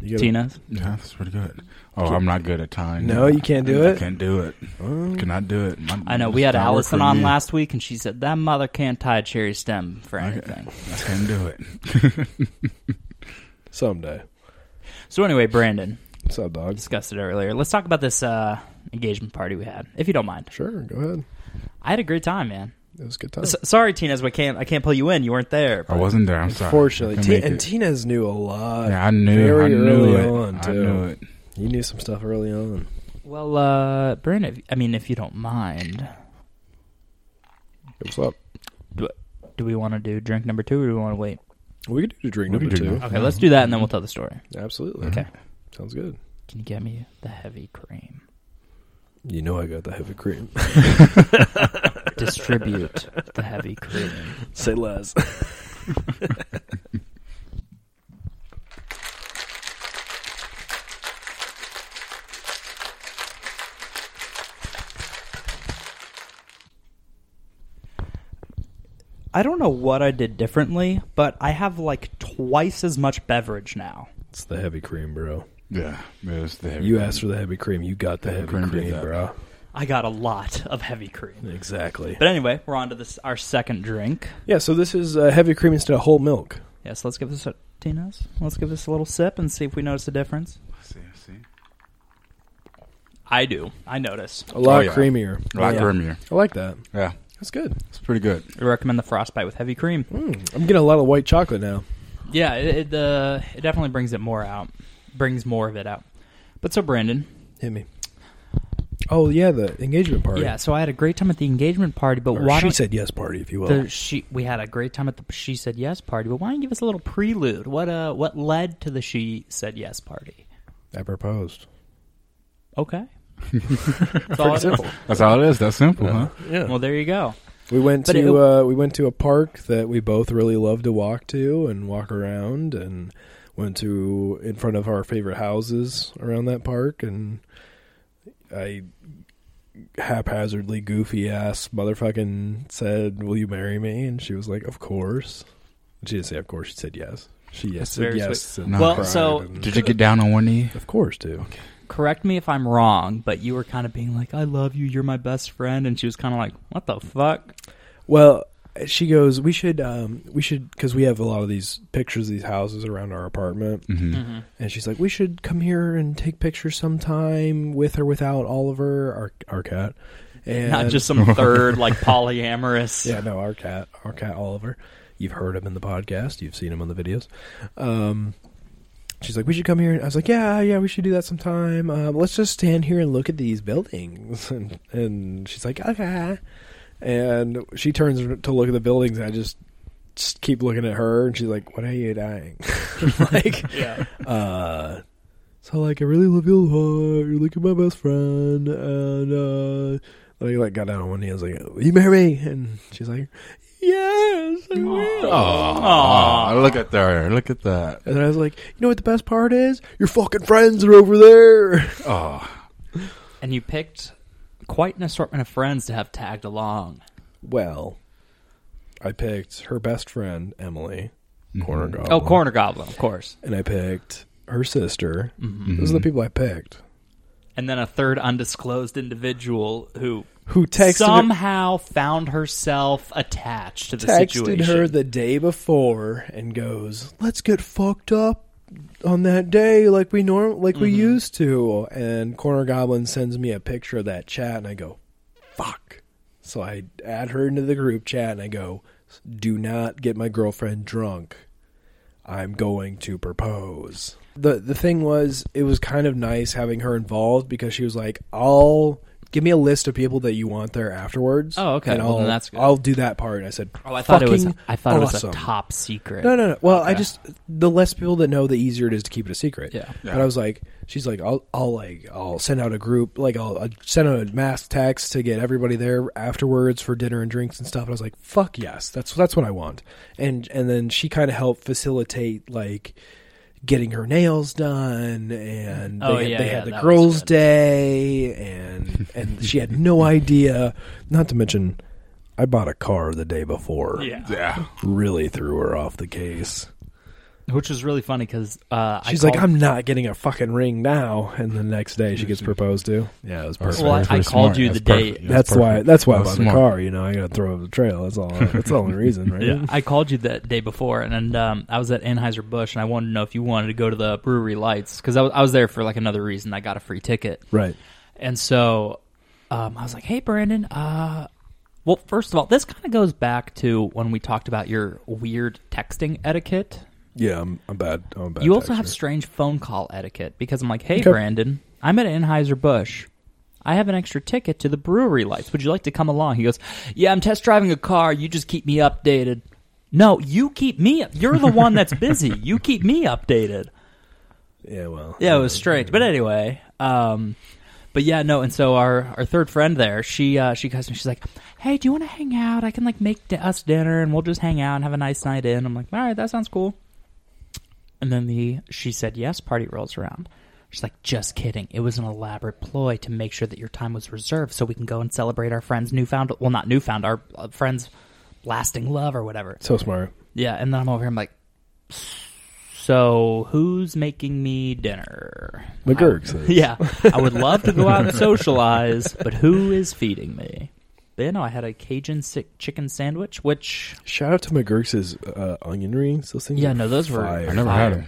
Speaker 1: You gotta-
Speaker 2: Tina,
Speaker 3: Yeah, that's pretty good. Oh, I'm not good at time.
Speaker 1: No, you can't do
Speaker 3: I
Speaker 1: it.
Speaker 3: can't do it.
Speaker 1: Oh.
Speaker 3: Cannot do it. My-
Speaker 2: I know
Speaker 3: it's
Speaker 2: we had
Speaker 3: not work
Speaker 2: Allison
Speaker 3: for
Speaker 2: on
Speaker 3: me.
Speaker 2: last week, and she said that mother can't tie a cherry stem for anything.
Speaker 3: I can't do it.
Speaker 1: Someday,
Speaker 2: So anyway, Brandon
Speaker 1: what's up, dog?
Speaker 2: discussed it earlier. Let's talk about this uh, engagement party we had, if you don't mind.
Speaker 1: Sure, go ahead.
Speaker 2: I had a great time, man.
Speaker 1: It was a good time.
Speaker 2: S- sorry, Tina's, I can't I can't pull you in. You weren't there.
Speaker 3: Oh. I wasn't there. I'm sorry.
Speaker 1: Unfortunately,
Speaker 3: I couldn't
Speaker 1: Ti-
Speaker 3: make
Speaker 1: and
Speaker 3: it.
Speaker 1: Tina's knew a lot.
Speaker 3: yeah, I knew. I
Speaker 1: very
Speaker 3: knew
Speaker 1: early
Speaker 3: it.
Speaker 1: on,
Speaker 3: I
Speaker 1: too.
Speaker 3: knew it.
Speaker 1: You knew some stuff early on.
Speaker 2: Well, uh, Brandon, if- I mean, if you don't mind,
Speaker 1: What's up?
Speaker 2: do, do we want to do drink number two or do we want to wait?
Speaker 1: We could do drink
Speaker 3: We could
Speaker 1: number
Speaker 3: do
Speaker 1: two.
Speaker 3: that.
Speaker 2: Okay, let's do that and then we'll tell the story.
Speaker 1: Absolutely.
Speaker 2: Okay.
Speaker 1: sounds good.
Speaker 2: Can you get me the heavy cream?
Speaker 1: You know I got the heavy cream.
Speaker 2: Distribute the heavy cream.
Speaker 1: Say less.
Speaker 2: I don't know what I did differently, but I have like twice as much beverage now.
Speaker 1: It's the heavy cream, bro.
Speaker 3: Yeah, it was the heavy
Speaker 1: You
Speaker 3: cream.
Speaker 1: asked for the heavy cream. You got the
Speaker 3: Heavy
Speaker 1: heavy
Speaker 3: cream
Speaker 1: cream,
Speaker 3: did that.
Speaker 1: bro.
Speaker 2: I got a lot of heavy cream.
Speaker 1: Exactly.
Speaker 2: But anyway, we're on to this our second drink.
Speaker 1: Yeah, so this is uh, heavy cream instead of whole milk.
Speaker 2: Yes, let's give this a Tina's. Let's give this a little sip and see if we notice a difference.
Speaker 3: See, see.
Speaker 2: I do. I notice.
Speaker 1: A lot
Speaker 3: Oh, yeah.
Speaker 1: creamier.
Speaker 3: A lot
Speaker 1: Yeah.
Speaker 3: creamier.
Speaker 1: I like that.
Speaker 3: Yeah,
Speaker 1: That's good.
Speaker 3: it's pretty good.
Speaker 2: I recommend the frostbite with heavy cream.
Speaker 1: Mm, I'm getting a lot of white chocolate now.
Speaker 2: Yeah, it it, uh, it definitely brings it more out. Brings more of it out. But so Brandon,
Speaker 1: Hit me. Oh yeah, the engagement party.
Speaker 2: yeah. So I had a great time at the engagement party, but
Speaker 1: Or
Speaker 2: why
Speaker 1: she
Speaker 2: don't
Speaker 1: said yes party, if you will.
Speaker 2: the she we had a great time at the she said yes party? But why don't you give us a little prelude? What uh what led to the she said yes party?
Speaker 1: I proposed.
Speaker 2: Okay. That's all it is.
Speaker 3: That's all it is. That's simple, huh?
Speaker 1: Yeah.
Speaker 2: Well, there you go.
Speaker 1: We went
Speaker 2: But
Speaker 1: to uh, we went to a park that we both really love to walk to and walk around, and went to in front of our favorite houses around that park, and I haphazardly goofy ass motherfucking said, "Will you marry me?" And she was like, "Of course." She didn't say of course. She said yes. She yes
Speaker 2: That's
Speaker 1: said
Speaker 2: very
Speaker 1: yes. and
Speaker 3: No.
Speaker 2: Well,
Speaker 1: cried
Speaker 2: so-
Speaker 1: and-
Speaker 3: Did you get down on one knee?
Speaker 1: of course, dude.
Speaker 2: Correct me if I'm wrong, but you were kind of being like, "I love you. You're my best friend," and she was kind of like, "What the fuck?"
Speaker 1: Well, she goes, "We should um, we should because we have a lot of these pictures of these houses around our apartment."
Speaker 3: Mm-hmm.
Speaker 1: And she's like, "We should come here and take pictures sometime with or without Oliver, our our cat." And
Speaker 2: Not just some third like polyamorous.
Speaker 1: yeah, no, our cat, our cat Oliver. You've heard him in the podcast, you've seen him on the videos. Um She's like, we should come here. I was like, yeah, yeah, we should do that sometime. Uh, let's just stand here and look at these buildings. And, and she's like, okay. And she turns to look at the buildings. And I just, just keep looking at her. And she's like, what are you dying? like,
Speaker 2: yeah.
Speaker 1: uh so like I really love you a lot. You're like my best friend, and uh, I like got down on one knee. I was like, "Will you marry me?" And she's like, "Yes, I will."
Speaker 3: Oh, look at there. Look at that.
Speaker 1: And then I was like, "You know what the best part is? Your fucking friends are over there."
Speaker 3: Oh,
Speaker 2: And you picked quite an assortment of friends to have tagged along.
Speaker 1: Well, I picked her best friend Emily Corner Goblin.
Speaker 2: Oh, Corner Goblin, of course.
Speaker 1: And I picked her sister.
Speaker 2: Mhm.
Speaker 1: Those are the people I picked.
Speaker 2: And then a third undisclosed individual who
Speaker 1: Who texted her-
Speaker 2: somehow found herself attached to the
Speaker 1: texted
Speaker 2: situation.
Speaker 1: her the day before and goes, "Let's get fucked up on that day like we norm like
Speaker 2: Mm-hmm.
Speaker 1: we used to." And Corner Goblin sends me a picture of that chat, and I go, "Fuck!" So I add her into the group chat, and I go, "Do not get my girlfriend drunk. I'm going to propose." the The thing was, it was kind of nice having her involved because she was like, "I'll." Give me a list of people that you want there afterwards.
Speaker 2: Oh, okay.
Speaker 1: And
Speaker 2: Well,
Speaker 1: I'll,
Speaker 2: then that's good.
Speaker 1: I'll do that part. And I said,
Speaker 2: oh, I thought it was.
Speaker 1: fucking
Speaker 2: I thought it
Speaker 1: awesome.
Speaker 2: was a top secret.
Speaker 1: No, no, no. Well, I
Speaker 2: Okay.
Speaker 1: just the less people that know, the easier it is to keep it a secret.
Speaker 2: Yeah.
Speaker 1: But I was like, she's like, I'll, I'll like, I'll send out a group, like, I'll, I'll send out a mass text to get everybody there afterwards for dinner and drinks and stuff. And I was like, fuck yes, that's that's what I want. And and then she kind of helped facilitate like getting her nails done and
Speaker 2: Oh,
Speaker 1: they, had-
Speaker 2: yeah,
Speaker 1: they
Speaker 2: yeah,
Speaker 1: had the
Speaker 2: that was
Speaker 1: girls
Speaker 2: good.
Speaker 1: day and and she had no idea not to mention i bought a car the day before
Speaker 2: Yeah.
Speaker 3: yeah.
Speaker 1: really threw her off the case.
Speaker 2: Which was really funny because uh, I
Speaker 1: She's
Speaker 2: called,
Speaker 1: like, I'm not getting a fucking ring now. And the next day, she gets proposed to. Yeah, it was perfect.
Speaker 2: Well, I- I called you the day-
Speaker 1: that's why. That's why I
Speaker 3: That's
Speaker 1: bought the
Speaker 3: smart.
Speaker 1: car. You know, I got to throw the trail. That's all. That's the only reason, right?
Speaker 2: Yeah, I called you that day before, and, and um, I was at Anheuser Busch, and I wanted to know if you wanted to go to the brewery lights because I was, I was there for like another reason. I got a free ticket,
Speaker 1: Right.
Speaker 2: and so um, I was like, "Hey, Brandon. Uh, well, first of all, this kind of goes back to when we talked about your weird texting etiquette.
Speaker 1: Yeah, I'm, I'm bad. I'm a bad.
Speaker 2: you also
Speaker 1: texter.
Speaker 2: have strange phone call etiquette because I'm like, "Hey,
Speaker 1: Okay.
Speaker 2: Brandon, I'm at Anheuser Busch." I have an extra ticket to the brewery lights. Would you like to come along? He goes, Yeah, I'm test driving a car. You just keep me updated. No, you keep me. You're the one that's busy. You keep me updated.
Speaker 1: Yeah. Well.
Speaker 2: Yeah, it was strange. But anyway, um, but yeah, no. And so our our third friend there, she uh, she comes to me. She's like, "Hey, do you want to hang out? I can like make di- us dinner, and we'll just hang out and have a nice night in." I'm like, "All right, that sounds cool." And then the she said yes party rolls around. She's like, "Just kidding. It was an elaborate ploy to make sure that your time was reserved, so we can go and celebrate our friend's newfound well, not newfound, our uh, friend's lasting love or whatever.
Speaker 1: So smart.
Speaker 2: Yeah, and then I'm over here. I'm like, so who's making me dinner?
Speaker 1: McGurk says.
Speaker 2: Yeah, I would love to go out and socialize, but who is feeding me? But you know, I had a Cajun sick chicken sandwich, which
Speaker 1: Shout out to McGurk's uh, onion rings. Those things.
Speaker 2: Yeah,
Speaker 1: are
Speaker 2: no, those were-
Speaker 1: fire.
Speaker 3: I never
Speaker 2: Fire.
Speaker 3: had them.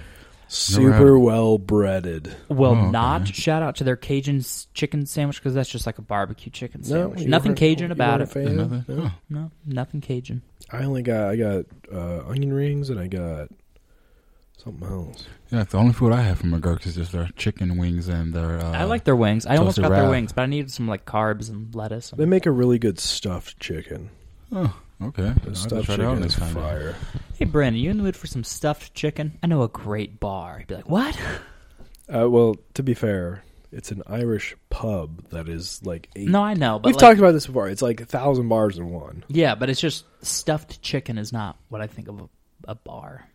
Speaker 3: Never
Speaker 1: super
Speaker 3: had.
Speaker 1: well breaded.
Speaker 2: will
Speaker 3: Oh, okay.
Speaker 2: not shout out to their Cajun s- chicken sandwich because that's just like a barbecue chicken sandwich.
Speaker 1: you
Speaker 2: nothing
Speaker 1: weren't-
Speaker 2: Cajun
Speaker 1: you
Speaker 2: about it.
Speaker 1: weren't a fan?
Speaker 3: Another-
Speaker 1: No.
Speaker 3: huh.
Speaker 2: No, nothing Cajun.
Speaker 1: I only got I got uh, onion rings and I got something else.
Speaker 3: Yeah, it's the only food I have from McGurk's is just their chicken wings and their. Uh,
Speaker 2: I like their wings. I almost
Speaker 3: toasted
Speaker 2: got their
Speaker 3: wrap.
Speaker 2: wings, but I needed some like carbs and lettuce.
Speaker 1: They make a really good stuffed chicken.
Speaker 3: Oh, okay. I'll
Speaker 1: The
Speaker 3: have to
Speaker 1: stuffed
Speaker 3: try that one
Speaker 1: chicken is
Speaker 3: next time.
Speaker 1: fire.
Speaker 2: hey, Brandon, you in the mood for some stuffed chicken? I know a great bar. He'd be like, what?
Speaker 1: Uh, well, to be fair, it's an Irish pub that is like eight.
Speaker 2: No, I know, but
Speaker 1: We've
Speaker 2: like,
Speaker 1: talked about this before. It's like a thousand bars in one.
Speaker 2: yeah, but it's just stuffed chicken is not what I think of a, a bar.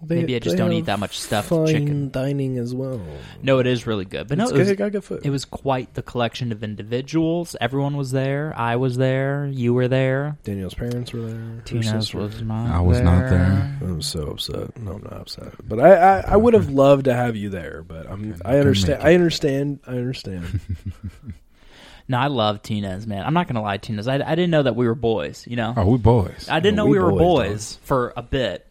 Speaker 1: They,
Speaker 2: Maybe I just
Speaker 1: they
Speaker 2: don't eat
Speaker 1: have
Speaker 2: that much stuffed
Speaker 1: fine
Speaker 2: chicken.
Speaker 1: dining as well.
Speaker 2: No, it is really good, but no,
Speaker 1: it's
Speaker 2: it was,
Speaker 1: good, got good food.
Speaker 2: it was quite the collection of individuals. Everyone was there. I was there. You were there.
Speaker 1: Daniel's parents were there. her
Speaker 2: Tina's
Speaker 1: sister.
Speaker 2: was not.
Speaker 3: I was not there.
Speaker 1: I'm so upset. No, I'm not upset. But I, I, I would have loved to have you there. But I'm, I understand. I understand. I understand.
Speaker 2: No, I love Tina's, man. I'm not gonna lie, Tina's. I, I didn't know that we were boys. You know,
Speaker 3: Oh, we boys.
Speaker 2: I didn't
Speaker 1: no,
Speaker 2: know we,
Speaker 1: we
Speaker 2: were
Speaker 1: boys,
Speaker 2: boys, for a bit.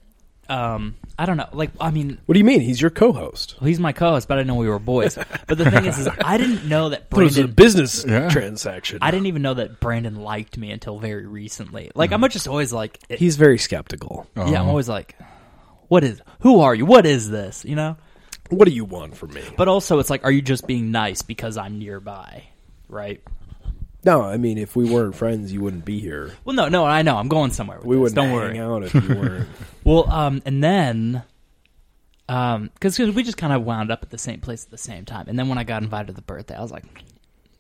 Speaker 2: Um, I don't know. Like, I mean,
Speaker 1: What do you mean? He's your co-host.
Speaker 2: he's my co-host, but I didn't know we were boys. but the thing is, is I didn't know that
Speaker 1: But it was a
Speaker 2: Brandon.
Speaker 1: business
Speaker 3: Yeah.
Speaker 1: transaction.
Speaker 2: I didn't even know that Brandon liked me until very recently. Like,
Speaker 1: Mm.
Speaker 2: I'm just always like, it-
Speaker 1: He's very skeptical.
Speaker 3: Oh.
Speaker 2: yeah, I'm always like, what is? Who are you? What is this? You know.
Speaker 1: What do you want from me?
Speaker 2: But also, it's like, are you just being nice because I'm nearby, right?
Speaker 1: No, I mean, if we weren't friends, you wouldn't be here.
Speaker 2: Well, no, no, I know. I'm going somewhere. With
Speaker 1: We
Speaker 2: this.
Speaker 1: wouldn't
Speaker 2: Don't
Speaker 1: hang
Speaker 2: worry.
Speaker 1: out if you weren't.
Speaker 2: Well, um, and then, um, because we just kind of wound up at the same place at the same time, and then when I got invited to the birthday, I was like,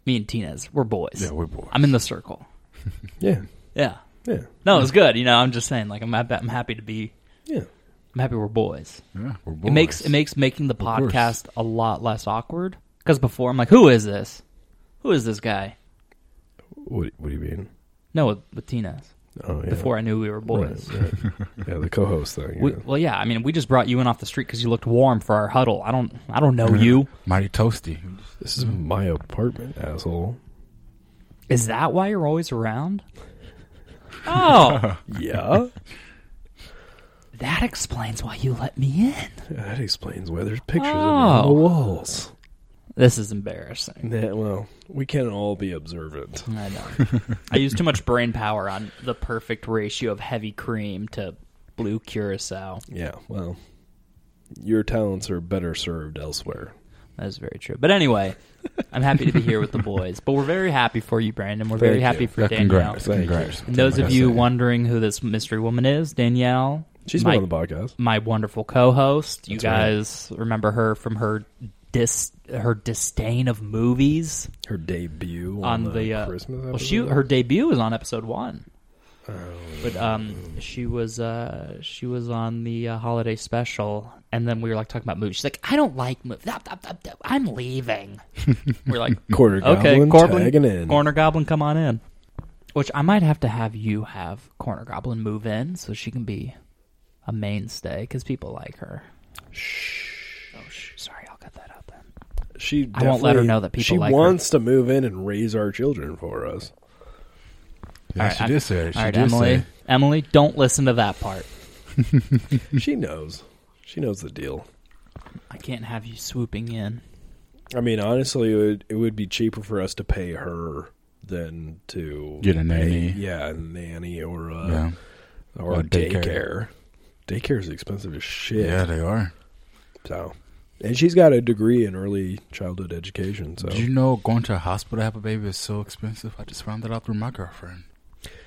Speaker 2: me and Tina's, we're boys.
Speaker 3: Yeah, we're boys.
Speaker 2: I'm in the circle.
Speaker 1: yeah,
Speaker 2: Yeah.
Speaker 1: yeah,
Speaker 2: No, it was good. You know, I'm just saying, like, I'm happy, I'm happy to be.
Speaker 1: yeah.
Speaker 2: I'm happy we're boys.
Speaker 3: Yeah, we're boys.
Speaker 2: It makes it makes making the
Speaker 3: course.
Speaker 2: podcast a lot less awkward. Because before, I'm like, who is this? Who is this guy?
Speaker 1: What, what do you mean?
Speaker 2: No, with, with Tina's.
Speaker 1: Oh, yeah.
Speaker 2: Before I knew we were boys.
Speaker 1: Right, right. yeah, the co-host thing.
Speaker 2: We,
Speaker 1: yeah.
Speaker 2: well, yeah. I mean, we just brought you in off the street because you looked warm for our huddle. I don't, I don't know you.
Speaker 3: mighty toasty.
Speaker 1: This is my apartment, asshole.
Speaker 2: Is that why you're always around? Oh,
Speaker 1: Yeah,
Speaker 2: that explains why you let me in.
Speaker 1: that explains why there's pictures of me on
Speaker 2: Oh.
Speaker 1: the walls.
Speaker 2: This is embarrassing.
Speaker 1: Yeah, well, we can all be observant.
Speaker 2: I know. I used too much brain power on the perfect ratio of heavy cream to blue curacao.
Speaker 1: Yeah, well, your talents are better served elsewhere.
Speaker 2: That is very true. But anyway, I'm happy to be here with the boys. But we're very happy for you, Brandon. We're very
Speaker 1: Thank
Speaker 2: happy
Speaker 1: you.
Speaker 2: for
Speaker 3: Yeah,
Speaker 2: Danielle.
Speaker 3: congrats,
Speaker 1: Thank you.
Speaker 3: congrats.
Speaker 2: And those
Speaker 3: Like
Speaker 2: of
Speaker 3: I
Speaker 2: you
Speaker 3: said.
Speaker 2: wondering who this mystery woman is, Danielle,
Speaker 1: She's
Speaker 2: my,
Speaker 1: been on the podcast.
Speaker 2: my wonderful co-host. You
Speaker 1: That's right.
Speaker 2: guys remember her from her dis her disdain of movies
Speaker 1: Her debut
Speaker 2: on, the, uh,
Speaker 1: Christmas.
Speaker 2: Well,
Speaker 1: episode?
Speaker 2: she her debut was on episode one, but um, she was uh she was on the uh, holiday special, and then we were like talking about movies. She's like, I don't like movies. I'm leaving. we're like,
Speaker 1: Corner
Speaker 2: okay,
Speaker 1: Goblin tagging
Speaker 2: Goblin,
Speaker 1: in.
Speaker 2: Corner Goblin, come on in. Which I might have to have you have Corner Goblin move in so she can be a mainstay because people like her. Shh. Oh, shh. Sorry, I'll cut that out then.
Speaker 1: She
Speaker 2: I won't let her
Speaker 1: definitely-
Speaker 2: know that people
Speaker 1: She
Speaker 2: like her.
Speaker 1: wants to move in and raise our children for us.
Speaker 3: Yeah,
Speaker 2: All right,
Speaker 3: she
Speaker 2: I-
Speaker 3: did say it. She
Speaker 2: All right,
Speaker 3: did
Speaker 2: Emily.
Speaker 3: say it.
Speaker 2: Emily, don't listen to that part.
Speaker 1: she knows. She knows the deal.
Speaker 2: I can't have you swooping in.
Speaker 1: I mean, honestly, it would, it would be cheaper for us to pay her than to
Speaker 3: Get a
Speaker 1: pay-
Speaker 3: nanny.
Speaker 1: yeah, a nanny or a
Speaker 3: Yeah.
Speaker 1: or
Speaker 3: Or
Speaker 1: a daycare.
Speaker 3: daycare.
Speaker 1: daycare. is expensive as shit.
Speaker 3: Yeah, they are.
Speaker 1: So, and she's got a degree in early childhood education. So,
Speaker 3: Did you know going to a hospital to have a baby is so expensive? I just found that out through my girlfriend.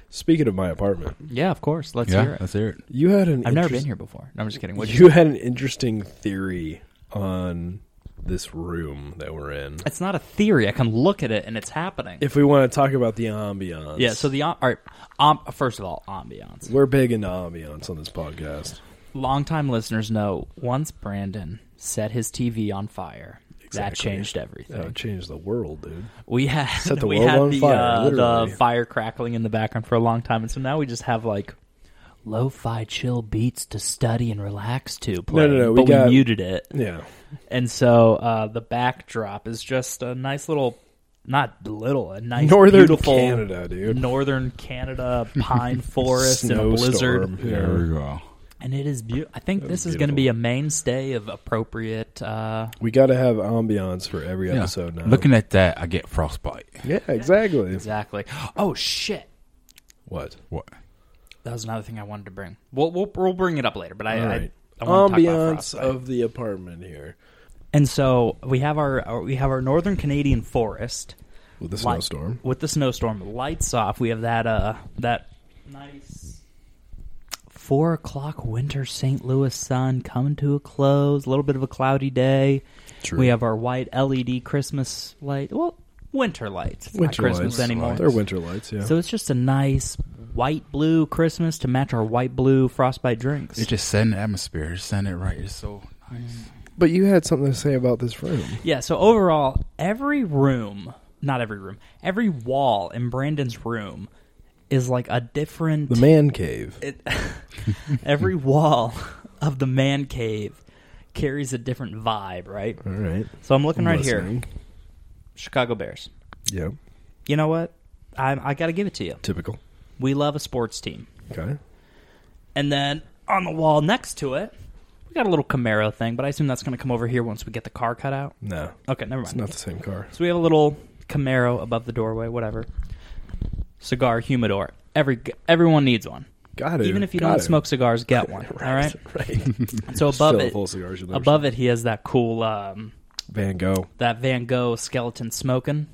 Speaker 1: speaking of my apartment,
Speaker 2: Yeah, of course. Let's
Speaker 3: yeah,
Speaker 2: hear it.
Speaker 3: let's hear it.
Speaker 1: you had an
Speaker 2: I've never been
Speaker 1: interest-
Speaker 2: here before. No, I'm just kidding. What'd
Speaker 1: You had an interesting theory on this room that we're in.
Speaker 2: It's not a theory. I can look at it and it's happening.
Speaker 1: If we want to talk about the ambiance,
Speaker 2: yeah. So the om- all right. Um, first of all, ambiance.
Speaker 1: we're big into ambiance on this podcast.
Speaker 2: Longtime listeners know. Once Brandon set his TV on fire, That
Speaker 1: Exactly.
Speaker 2: changed everything.
Speaker 1: Oh, it changed the world, dude.
Speaker 2: We had
Speaker 1: Set the
Speaker 2: we
Speaker 1: world
Speaker 2: had
Speaker 1: on
Speaker 2: the,
Speaker 1: fire,
Speaker 2: uh,
Speaker 1: literally.
Speaker 2: the fire crackling in the background for a long time, and so now we just have like lo-fi chill beats to study and relax to. Play,
Speaker 1: no, no, we
Speaker 2: but we,
Speaker 1: got-
Speaker 2: muted it,
Speaker 1: Yeah.
Speaker 2: and so uh, the backdrop is just a nice little, not little, a nice
Speaker 1: Northern
Speaker 2: beautiful
Speaker 1: Canada, dude.
Speaker 2: northern Canada pine forest and a blizzard,
Speaker 1: Snowstorm.
Speaker 3: There we go.
Speaker 2: and it is beautiful. I think
Speaker 1: That
Speaker 2: this
Speaker 1: was
Speaker 2: is going to
Speaker 1: beautiful.
Speaker 2: be a mainstay of appropriate. Uh,
Speaker 1: We got to have ambiance for every
Speaker 3: Yeah.
Speaker 1: episode now.
Speaker 3: Looking at that, I get frostbite.
Speaker 1: yeah, exactly.
Speaker 2: exactly. Oh shit.
Speaker 1: What?
Speaker 3: What?
Speaker 2: That was another thing I wanted to bring. We'll we'll, we'll bring it up later, but I,
Speaker 1: All
Speaker 2: I-
Speaker 1: right.
Speaker 2: I, want to talk about
Speaker 1: Ambiance
Speaker 2: frostbite.
Speaker 1: of the apartment here
Speaker 2: And so we have our, our we have our northern Canadian forest
Speaker 1: with the
Speaker 2: Light-
Speaker 1: snowstorm.
Speaker 2: with the snowstorm. Lights off. We have that uh that nice four o'clock winter St. Louis sun coming to a close. A little bit of a cloudy day.
Speaker 1: True.
Speaker 2: We have our white LED Christmas light. Well, winter lights. It's
Speaker 1: Winter
Speaker 2: not Christmas
Speaker 1: lights.
Speaker 2: anymore.
Speaker 1: They're winter lights, yeah.
Speaker 2: So it's just a nice white blue Christmas to match our white blue frostbite drinks.
Speaker 3: It just set in the atmosphere. It set it right. It's so nice.
Speaker 1: but you had something to say about this room.
Speaker 2: Yeah, so overall, every room, not every room, every wall in Brandon's room is like a different
Speaker 1: The man cave.
Speaker 2: it, every wall of the man cave carries a different vibe, right?
Speaker 1: All right.
Speaker 2: So I'm looking
Speaker 1: I'm
Speaker 2: right here.
Speaker 1: listening.
Speaker 2: Chicago Bears.
Speaker 1: Yeah.
Speaker 2: You know what? I I got to give it to you.
Speaker 1: Typical.
Speaker 2: We love a sports team.
Speaker 1: Okay.
Speaker 2: And then on the wall next to it, we got a little Camaro thing, but I assume that's going to come over here once we get the car cut out.
Speaker 1: No.
Speaker 2: Okay, never
Speaker 1: It's
Speaker 2: mind.
Speaker 1: not the same car.
Speaker 2: So we have a little Camaro above the doorway, whatever. Cigar humidor. Every everyone needs one.
Speaker 1: Got it.
Speaker 2: Even if you
Speaker 1: Got
Speaker 2: don't
Speaker 1: it.
Speaker 2: smoke cigars, get one. All right.
Speaker 1: Right.
Speaker 2: So above
Speaker 1: Still
Speaker 2: it,
Speaker 1: full cigars, you'll never
Speaker 2: above it, he has that cool um,
Speaker 1: Van Gogh.
Speaker 2: that Van Gogh skeleton smoking.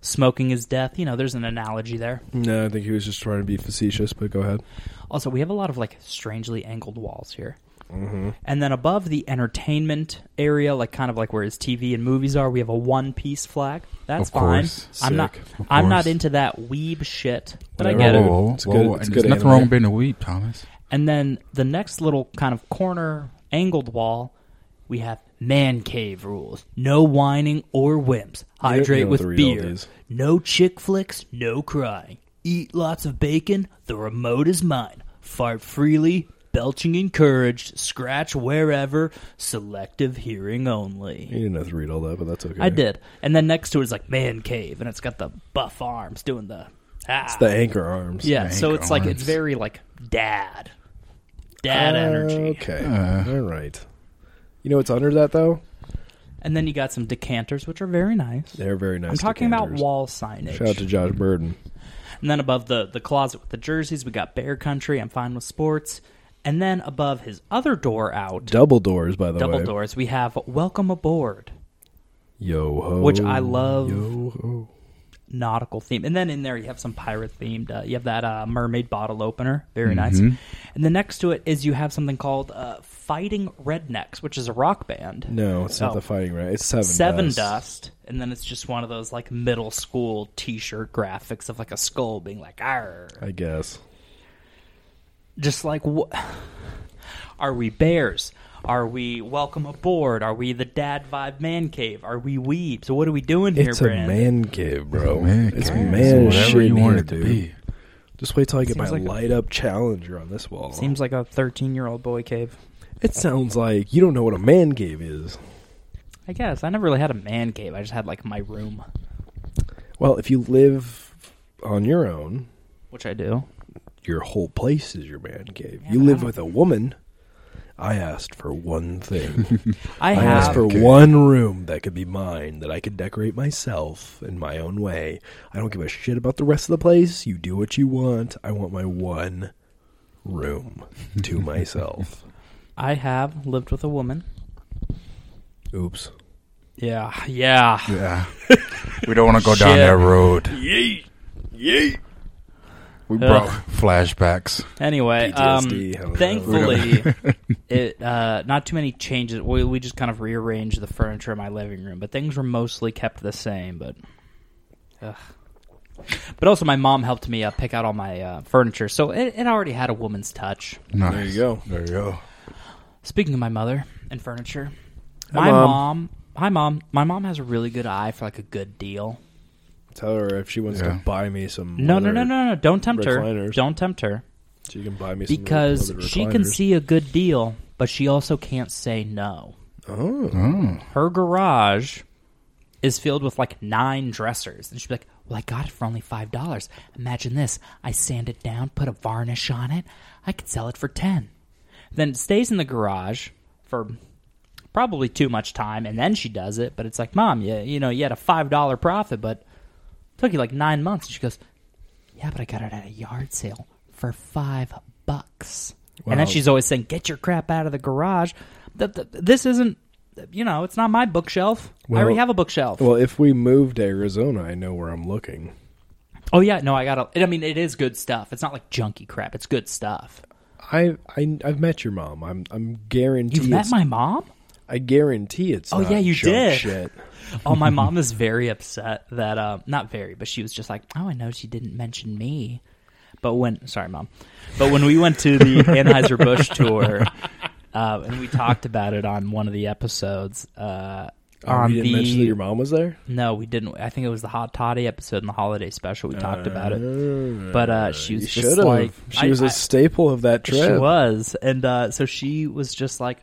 Speaker 2: Smoking is death. You know, there's an analogy there.
Speaker 1: No, I think he was just trying to be facetious, but go ahead.
Speaker 2: Also, we have a lot of like strangely angled walls here.
Speaker 1: Mm-hmm.
Speaker 2: And then above the entertainment area, like kind of like where his TV and movies are, we have a one piece flag. That's
Speaker 3: Of course.
Speaker 2: fine. I'm not.
Speaker 1: Sick.
Speaker 3: Of
Speaker 2: I'm not
Speaker 3: course.
Speaker 2: into that weeb shit, but I
Speaker 1: Whatever.
Speaker 2: get
Speaker 1: Whoa,
Speaker 2: it.
Speaker 1: whoa, whoa. It's good-
Speaker 3: and
Speaker 1: it's
Speaker 3: there's
Speaker 1: good
Speaker 3: nothing
Speaker 1: anime.
Speaker 3: wrong with being a weep, Thomas.
Speaker 2: And then the next little kind of corner angled wall, we have man cave rules. No whining or whims.
Speaker 1: don't
Speaker 2: Hydrate
Speaker 1: know what
Speaker 2: with
Speaker 1: the real
Speaker 2: beer.
Speaker 1: is.
Speaker 2: No chick flicks, no crying. Eat lots of bacon, the remote is mine. Fart freely, belching encouraged, scratch wherever, selective hearing only.
Speaker 1: You didn't have to read all that, but that's okay.
Speaker 2: I did. And then next to it is like man cave and it's got the buff arms doing the ah.
Speaker 1: It's the anchor arms.
Speaker 2: Yeah, so
Speaker 3: Bank
Speaker 2: it's like it's
Speaker 3: arms.
Speaker 2: very like dad, dad energy.
Speaker 1: Okay.
Speaker 3: Uh.
Speaker 1: all right. You know what's under that though?
Speaker 2: And then you got some decanters, which are very nice.
Speaker 1: They're very nice.
Speaker 2: I'm talking
Speaker 1: decanters.
Speaker 2: about wall signage.
Speaker 1: Shout out to Josh Burden.
Speaker 2: and then above the the closet with the jerseys, we got Bear Country. I'm fine with sports. And then above his other door out,
Speaker 1: Double doors, by the
Speaker 2: double
Speaker 1: way.
Speaker 2: doors, we have Welcome Aboard,
Speaker 1: Yo ho.
Speaker 2: which I love.
Speaker 1: Yo ho.
Speaker 2: nautical theme. And then in there you have some pirate themed. Uh, you have that uh, mermaid bottle opener, very nice.
Speaker 1: Mm-hmm.
Speaker 2: And then next to it is you have something called uh, Fighting Rednecks, which is a rock band.
Speaker 1: No, it's not
Speaker 2: Oh.
Speaker 1: the fighting right. It's seven.
Speaker 2: Seven
Speaker 1: dust.
Speaker 2: dust. and then it's just one of those like middle school T-shirt graphics of like a skull being like, "Arr!"
Speaker 1: I guess.
Speaker 2: Just like, wh- are we bears? Are we welcome aboard? Are we the dad vibe man cave? Are we weeb? So what are we doing here,
Speaker 1: it's a
Speaker 2: Brand?
Speaker 1: man cave, bro.
Speaker 3: Man
Speaker 1: it's
Speaker 3: cave.
Speaker 1: man
Speaker 3: It's whatever
Speaker 1: shit
Speaker 3: you
Speaker 1: in
Speaker 3: want
Speaker 1: here,
Speaker 3: it to
Speaker 1: dude.
Speaker 3: be.
Speaker 1: Just wait till I get
Speaker 2: Seems
Speaker 1: my
Speaker 2: like a-
Speaker 1: light up challenger on this wall.
Speaker 2: Seems like a thirteen-year-old boy cave.
Speaker 1: it sounds like you don't know what a man cave is.
Speaker 2: I guess I never really had a man cave. I just had like my room,
Speaker 1: Well, if you live on your own,
Speaker 2: which I do.
Speaker 1: your whole place is your man cave.
Speaker 2: Yeah,
Speaker 1: you
Speaker 2: but
Speaker 1: live
Speaker 2: I'm-
Speaker 1: with a woman. I asked for one thing.
Speaker 2: I,
Speaker 1: I
Speaker 2: have
Speaker 1: asked for
Speaker 3: Okay.
Speaker 1: one room that could be mine, that I could decorate myself in my own way. I don't give a shit about the rest of the place. You do what you want. I want my one room to myself.
Speaker 2: I have lived with a woman.
Speaker 1: Oops.
Speaker 2: Yeah, yeah.
Speaker 3: Yeah. we don't want to go down
Speaker 2: Shit.
Speaker 3: that road.
Speaker 1: Yeet. Yeet.
Speaker 3: We
Speaker 1: Uh,
Speaker 2: Ugh.
Speaker 3: brought flashbacks.
Speaker 2: Anyway,
Speaker 1: PTSD, I don't
Speaker 2: um,
Speaker 1: know.
Speaker 2: thankfully, it uh, not too many changes. We, we just kind of rearranged the furniture in my living room, but things were mostly kept the same. But, ugh. but also, my mom helped me uh, pick out all my uh, furniture, so it, it already had a woman's touch.
Speaker 3: Nice.
Speaker 1: There you go.
Speaker 3: There you go.
Speaker 2: Speaking of my mother and furniture,
Speaker 1: Hi,
Speaker 2: my
Speaker 1: Mom.
Speaker 2: mom. hi mom. My mom has a really good eye for like a good deal.
Speaker 1: Tell her if she wants
Speaker 3: Yeah.
Speaker 1: to buy me some.
Speaker 2: No, no,
Speaker 1: leather-
Speaker 2: no, no, no. Don't tempt her.
Speaker 1: recliners.
Speaker 2: Don't tempt her
Speaker 1: She can buy me some
Speaker 2: because
Speaker 1: leather
Speaker 2: she can
Speaker 1: recliners.
Speaker 2: see a good deal, but she also can't say no.
Speaker 1: Oh,
Speaker 3: Oh,
Speaker 2: Her garage is filled with like nine dressers, and she'd be like, "Well, I got it for only five dollars. Imagine this: I sand it down, put a varnish on it. I could sell it for ten. Then it stays in the garage for probably too much time, and then she does it. But it's like, Mom, you you know, you had a five dollar profit, but it took you like nine months. And she goes, Yeah, but I got it at a yard sale for five bucks. And
Speaker 1: Wow.
Speaker 2: then she's always saying, Get your crap out of the garage. Th- th- this isn't, you know, it's not my bookshelf. I already
Speaker 1: Well-
Speaker 2: have a bookshelf.
Speaker 1: well, if we move to Arizona, I know where I'm looking.
Speaker 2: oh yeah, no, I got to I mean, it is good stuff. It's not like junky crap. It's good stuff.
Speaker 1: I, I I've met your mom. I'm I'm guarantee.
Speaker 2: You've met
Speaker 1: it's-
Speaker 2: my mom?
Speaker 1: I guarantee it's.
Speaker 2: Oh,
Speaker 1: not
Speaker 2: yeah, you
Speaker 1: junk
Speaker 2: did.
Speaker 1: Shit.
Speaker 2: Oh, my mom is very upset that uh, not very, but she was just like, "Oh, I know she didn't mention me." But when, sorry, mom, but when we went to the Anheuser Busch tour, uh, and we talked about it on one of the episodes, uh,
Speaker 1: Oh,
Speaker 2: on
Speaker 1: you didn't
Speaker 2: the
Speaker 1: mention that your mom was there.
Speaker 2: no, we didn't. I think it was the hot toddy episode in the holiday special. We talked about it,
Speaker 1: Uh,
Speaker 2: but uh, she was
Speaker 1: you
Speaker 2: just
Speaker 1: should've.
Speaker 2: like,
Speaker 1: she
Speaker 2: I-
Speaker 1: was a
Speaker 2: I-
Speaker 1: staple of that trip.
Speaker 2: she was. And uh, so she was just like,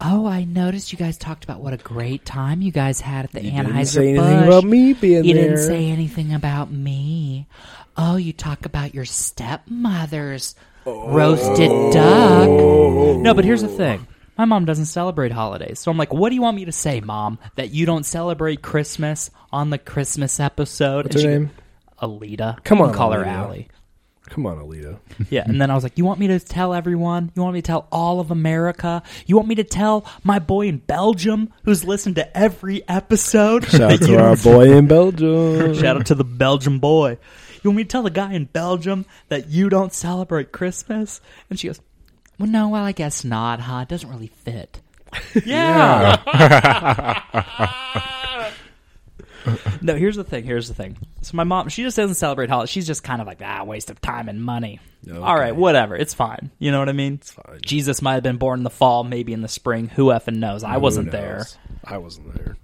Speaker 2: Oh, I noticed you guys talked about what a great time you guys had at the
Speaker 1: You didn't
Speaker 2: Anheuser
Speaker 1: say anything about me being
Speaker 2: You
Speaker 1: there."
Speaker 2: didn't say anything about me. Oh, you talk about your stepmother's
Speaker 1: Oh.
Speaker 2: roasted duck. No, but here's the thing. My mom doesn't celebrate holidays. So I'm like, what do you want me to say, mom? That you don't celebrate Christmas on the Christmas episode?
Speaker 1: What's her
Speaker 2: she-
Speaker 1: name?
Speaker 2: Alita.
Speaker 1: Come
Speaker 2: You can
Speaker 1: on,
Speaker 2: Call her
Speaker 1: Alita.
Speaker 2: Allie.
Speaker 1: Come on, Alita.
Speaker 2: Yeah, and then I was like, "You want me to tell everyone? You want me to tell all of America? You want me to tell my boy in Belgium who's listened to every episode?"
Speaker 1: Shout out
Speaker 2: You
Speaker 1: to
Speaker 2: know,
Speaker 1: our boy in Belgium.
Speaker 2: shout out to the Belgium boy. You want me to tell the guy in Belgium that you don't celebrate Christmas? And she goes, "Well, no, well, I guess not, huh? It doesn't really fit." Yeah. no, here's the thing. Here's the thing. So my mom, she just doesn't celebrate holidays. She's just kind of like, ah, waste of time and money. All right, whatever. It's fine. You know what I mean? It's
Speaker 1: fine.
Speaker 2: Jesus might have been born in the fall, maybe in the spring. Who effing knows? I wasn't
Speaker 1: Who
Speaker 2: there.
Speaker 1: knows? I wasn't there.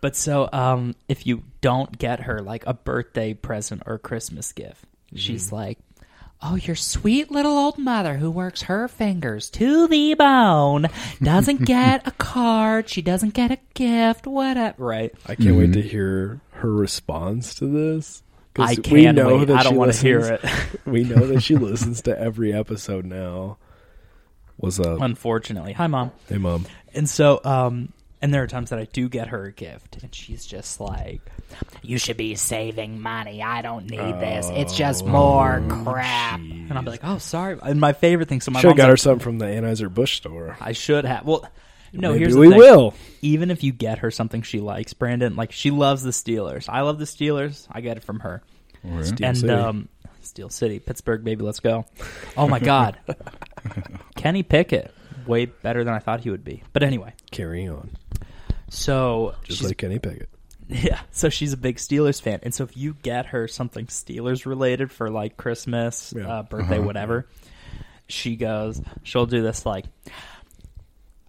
Speaker 2: But so, um, if you don't get her like a birthday present or Christmas gift, she's like, "Oh, your sweet little old mother who works her fingers to the bone doesn't get a card. She doesn't get a gift. Whatever, right?
Speaker 1: I can't wait to hear her response to this. 'cause
Speaker 2: Mm-hmm. I
Speaker 1: we
Speaker 2: can't
Speaker 1: know
Speaker 2: wait.
Speaker 1: that
Speaker 2: I don't
Speaker 1: she
Speaker 2: want to hear
Speaker 1: listens-
Speaker 2: it.
Speaker 1: we know that she listens to every episode now. What's up?
Speaker 2: Unfortunately, hi mom.
Speaker 1: Hey, mom.
Speaker 2: And so, um, and there are times that I do get her a gift, and she's just like, "You should be saving money. I don't need this. It's just
Speaker 1: Oh,
Speaker 2: more crap." And I'll be like, "Oh, sorry." And my favorite thing, so my
Speaker 1: Should have
Speaker 2: mom's
Speaker 1: got
Speaker 2: like,
Speaker 1: her something from the Anheuser Busch store.
Speaker 2: I should have. Well, no.
Speaker 1: Maybe
Speaker 2: here's the
Speaker 1: we
Speaker 2: thing.
Speaker 1: will.
Speaker 2: Even if you get her something she likes, Brandon, like she loves the Steelers. I love the Steelers. I get it from her.
Speaker 1: Steel
Speaker 2: and
Speaker 1: City.
Speaker 2: um, Steel City, Pittsburgh, baby, let's go. Oh my God, Kenny Pickett, way better than I thought he would be. But anyway,
Speaker 1: carry on,
Speaker 2: so
Speaker 1: just
Speaker 2: she's
Speaker 1: like Kenny Pickett.
Speaker 2: yeah, so she's a big Steelers fan, and so if you get her something Steelers related for like Christmas,
Speaker 1: Yeah. Uh-huh.
Speaker 2: uh, birthday, whatever, she goes, she'll do this like,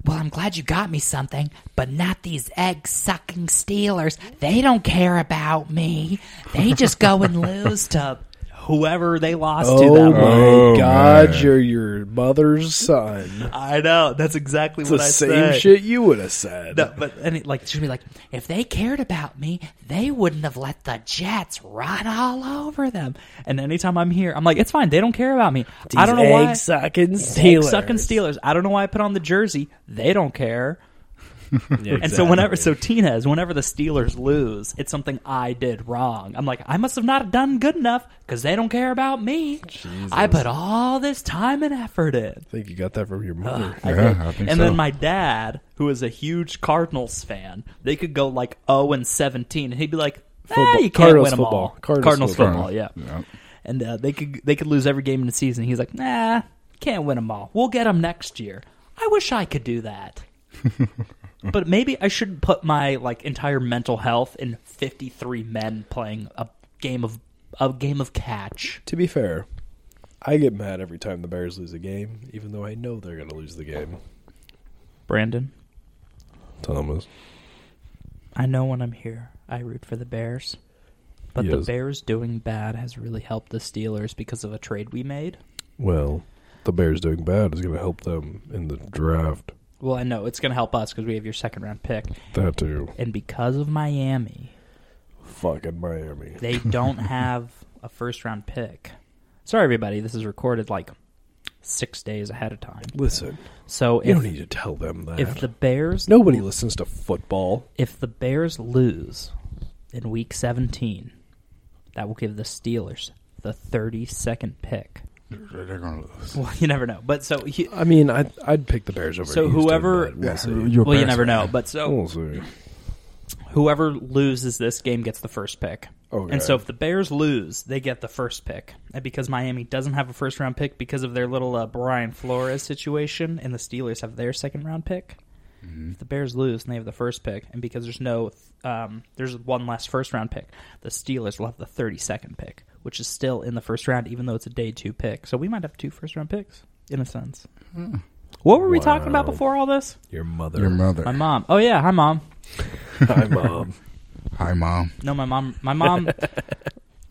Speaker 2: "Well, I'm glad you got me something, but not these egg sucking Steelers. They don't care about me. They just go and lose to whoever they lost to
Speaker 1: Oh
Speaker 2: that
Speaker 1: my
Speaker 2: month."
Speaker 3: Oh,
Speaker 1: God,
Speaker 3: man.
Speaker 1: you're your mother's son.
Speaker 2: I know that's exactly
Speaker 1: It's
Speaker 2: what
Speaker 1: the
Speaker 2: I
Speaker 1: same
Speaker 2: say.
Speaker 1: shit you would have said.
Speaker 2: No, but and it, like she'd be like, if they cared about me, they wouldn't have let the Jets run all over them. And anytime I'm here, I'm like, it's fine. They don't care about me. I don't know why.
Speaker 1: sucking
Speaker 2: Egg sucking Steelers. I don't know why I put on the jersey. They don't care. And so whenever, so Tina is whenever the Steelers lose, it's something I did wrong. I'm like, I must have not done good enough because they don't care about me. I put all this time and effort in.
Speaker 1: I think you got that from your mother.
Speaker 2: I
Speaker 3: Yeah,
Speaker 2: did.
Speaker 3: I think
Speaker 2: and
Speaker 3: so.
Speaker 2: then my dad, who is a huge Cardinals fan, they could go like 0 and 17, and he'd be like, "Ah,
Speaker 1: Football-
Speaker 2: you can't
Speaker 1: Cardinals
Speaker 2: win them all."
Speaker 1: football. Cardinals
Speaker 2: football,
Speaker 1: football.
Speaker 2: yeah.
Speaker 3: Yeah.
Speaker 2: And uh, they could they could lose every game in the season. He's like, "Nah, can't win them all. We'll get them next year." I wish I could do that. but maybe I shouldn't put my like entire mental health in 53 men playing a game of a game of catch.
Speaker 1: To be fair, I get mad every time the Bears lose a game, even though I know they're going to lose the game.
Speaker 2: Brandon,
Speaker 1: Thomas.
Speaker 2: I know when I'm here, I root for the Bears. But the
Speaker 1: Yes.
Speaker 2: Bears doing bad has really helped the Steelers because of a trade we made.
Speaker 1: Well, the Bears doing bad is going to help them in the draft.
Speaker 2: Well, I know it's going to help us because we have your second round pick.
Speaker 1: That too.
Speaker 2: And because of Miami,
Speaker 1: Fucking Miami.
Speaker 2: they don't have a first round pick. Sorry, everybody. This is recorded like six days ahead of time.
Speaker 1: Listen,
Speaker 2: So
Speaker 1: you don't
Speaker 2: if,
Speaker 1: need to tell them that.
Speaker 2: if the Bears
Speaker 1: Nobody listens to football.
Speaker 2: if the Bears lose in Week 17, that will give the Steelers the 32nd pick.
Speaker 3: They're, they're gonna lose.
Speaker 2: Well, you never know. But so he,
Speaker 1: I mean, I'd, I'd pick the Bears over.
Speaker 2: So
Speaker 1: Houston,
Speaker 2: whoever-
Speaker 1: but we'll
Speaker 3: Yeah,
Speaker 1: see.
Speaker 3: you're a
Speaker 2: well, you
Speaker 3: Bears
Speaker 2: never know.
Speaker 3: fan.
Speaker 2: But so
Speaker 1: We'll see.
Speaker 2: whoever loses this game gets the first pick.
Speaker 1: Okay.
Speaker 2: And Oh, so if the Bears lose, they get the first pick. And because Miami doesn't have a first round pick because of their little uh, Brian Flores situation, and the Steelers have their second round pick.
Speaker 3: Mhm.
Speaker 2: If the Bears lose and they have the first pick, and because there's no, um, there's one less first round pick, the Steelers will have the 32nd pick, which is still in the first round, even though it's a day two pick. So we might have two first round picks in a sense.
Speaker 3: Mm.
Speaker 2: What were we talking about
Speaker 1: Wow.
Speaker 2: before all this?
Speaker 1: your mother,
Speaker 3: Your mother.
Speaker 2: My mom. Oh yeah, hi mom.
Speaker 1: hi mom.
Speaker 3: Hi, mom.
Speaker 2: No, my mom. My mom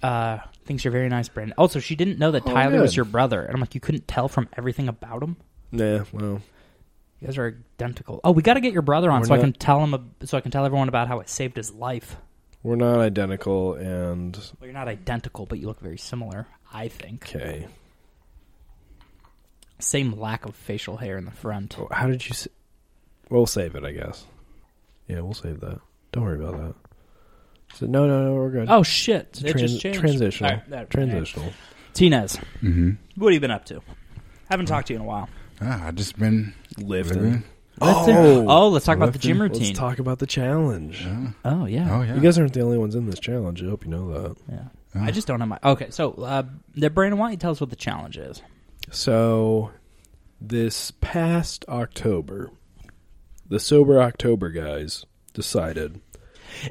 Speaker 2: uh, thinks you're very nice, Brandon. Also, she didn't know that
Speaker 1: Oh,
Speaker 2: Tyler was
Speaker 1: good.
Speaker 2: your brother, and I'm like, you couldn't tell from everything about him.
Speaker 1: Nah, well,
Speaker 2: You guys are identical. Oh, we got to get your brother on
Speaker 1: We're
Speaker 2: so I
Speaker 1: not-
Speaker 2: can tell him. ab- So I can tell everyone about how it saved his life.
Speaker 1: we're not identical, and
Speaker 2: Well, you're not identical, but you look very similar. I think
Speaker 1: okay.
Speaker 2: same lack of facial hair in the front.
Speaker 1: Oh, How did you? s we'll save it, I guess. Yeah, we'll save that. Don't worry about that. So, no, no, no, we're good.
Speaker 2: Oh shit!
Speaker 1: It's
Speaker 2: it
Speaker 1: trans-
Speaker 2: just changed.
Speaker 1: transitional.
Speaker 2: All right, that-
Speaker 1: Transitional.
Speaker 2: all right. Tinez,
Speaker 3: Mm-hmm.
Speaker 2: what have you been up to? Haven't talked to you in a while.
Speaker 3: Ah, I just been
Speaker 1: Lifting.
Speaker 3: living.
Speaker 2: Let's-
Speaker 1: Oh,
Speaker 2: oh, let's talk about the
Speaker 3: lifting.
Speaker 2: gym
Speaker 1: Let's
Speaker 2: routine.
Speaker 1: talk about the challenge.
Speaker 3: Yeah.
Speaker 2: oh yeah.
Speaker 3: Oh yeah.
Speaker 1: You guys aren't the only ones in this challenge. I hope you know that.
Speaker 2: Yeah.
Speaker 3: Yeah.
Speaker 2: I just don't have my. Okay, so uh, the Brandon, why don't you tell us what the challenge is?
Speaker 1: So, this past October, the Sober October guys decided.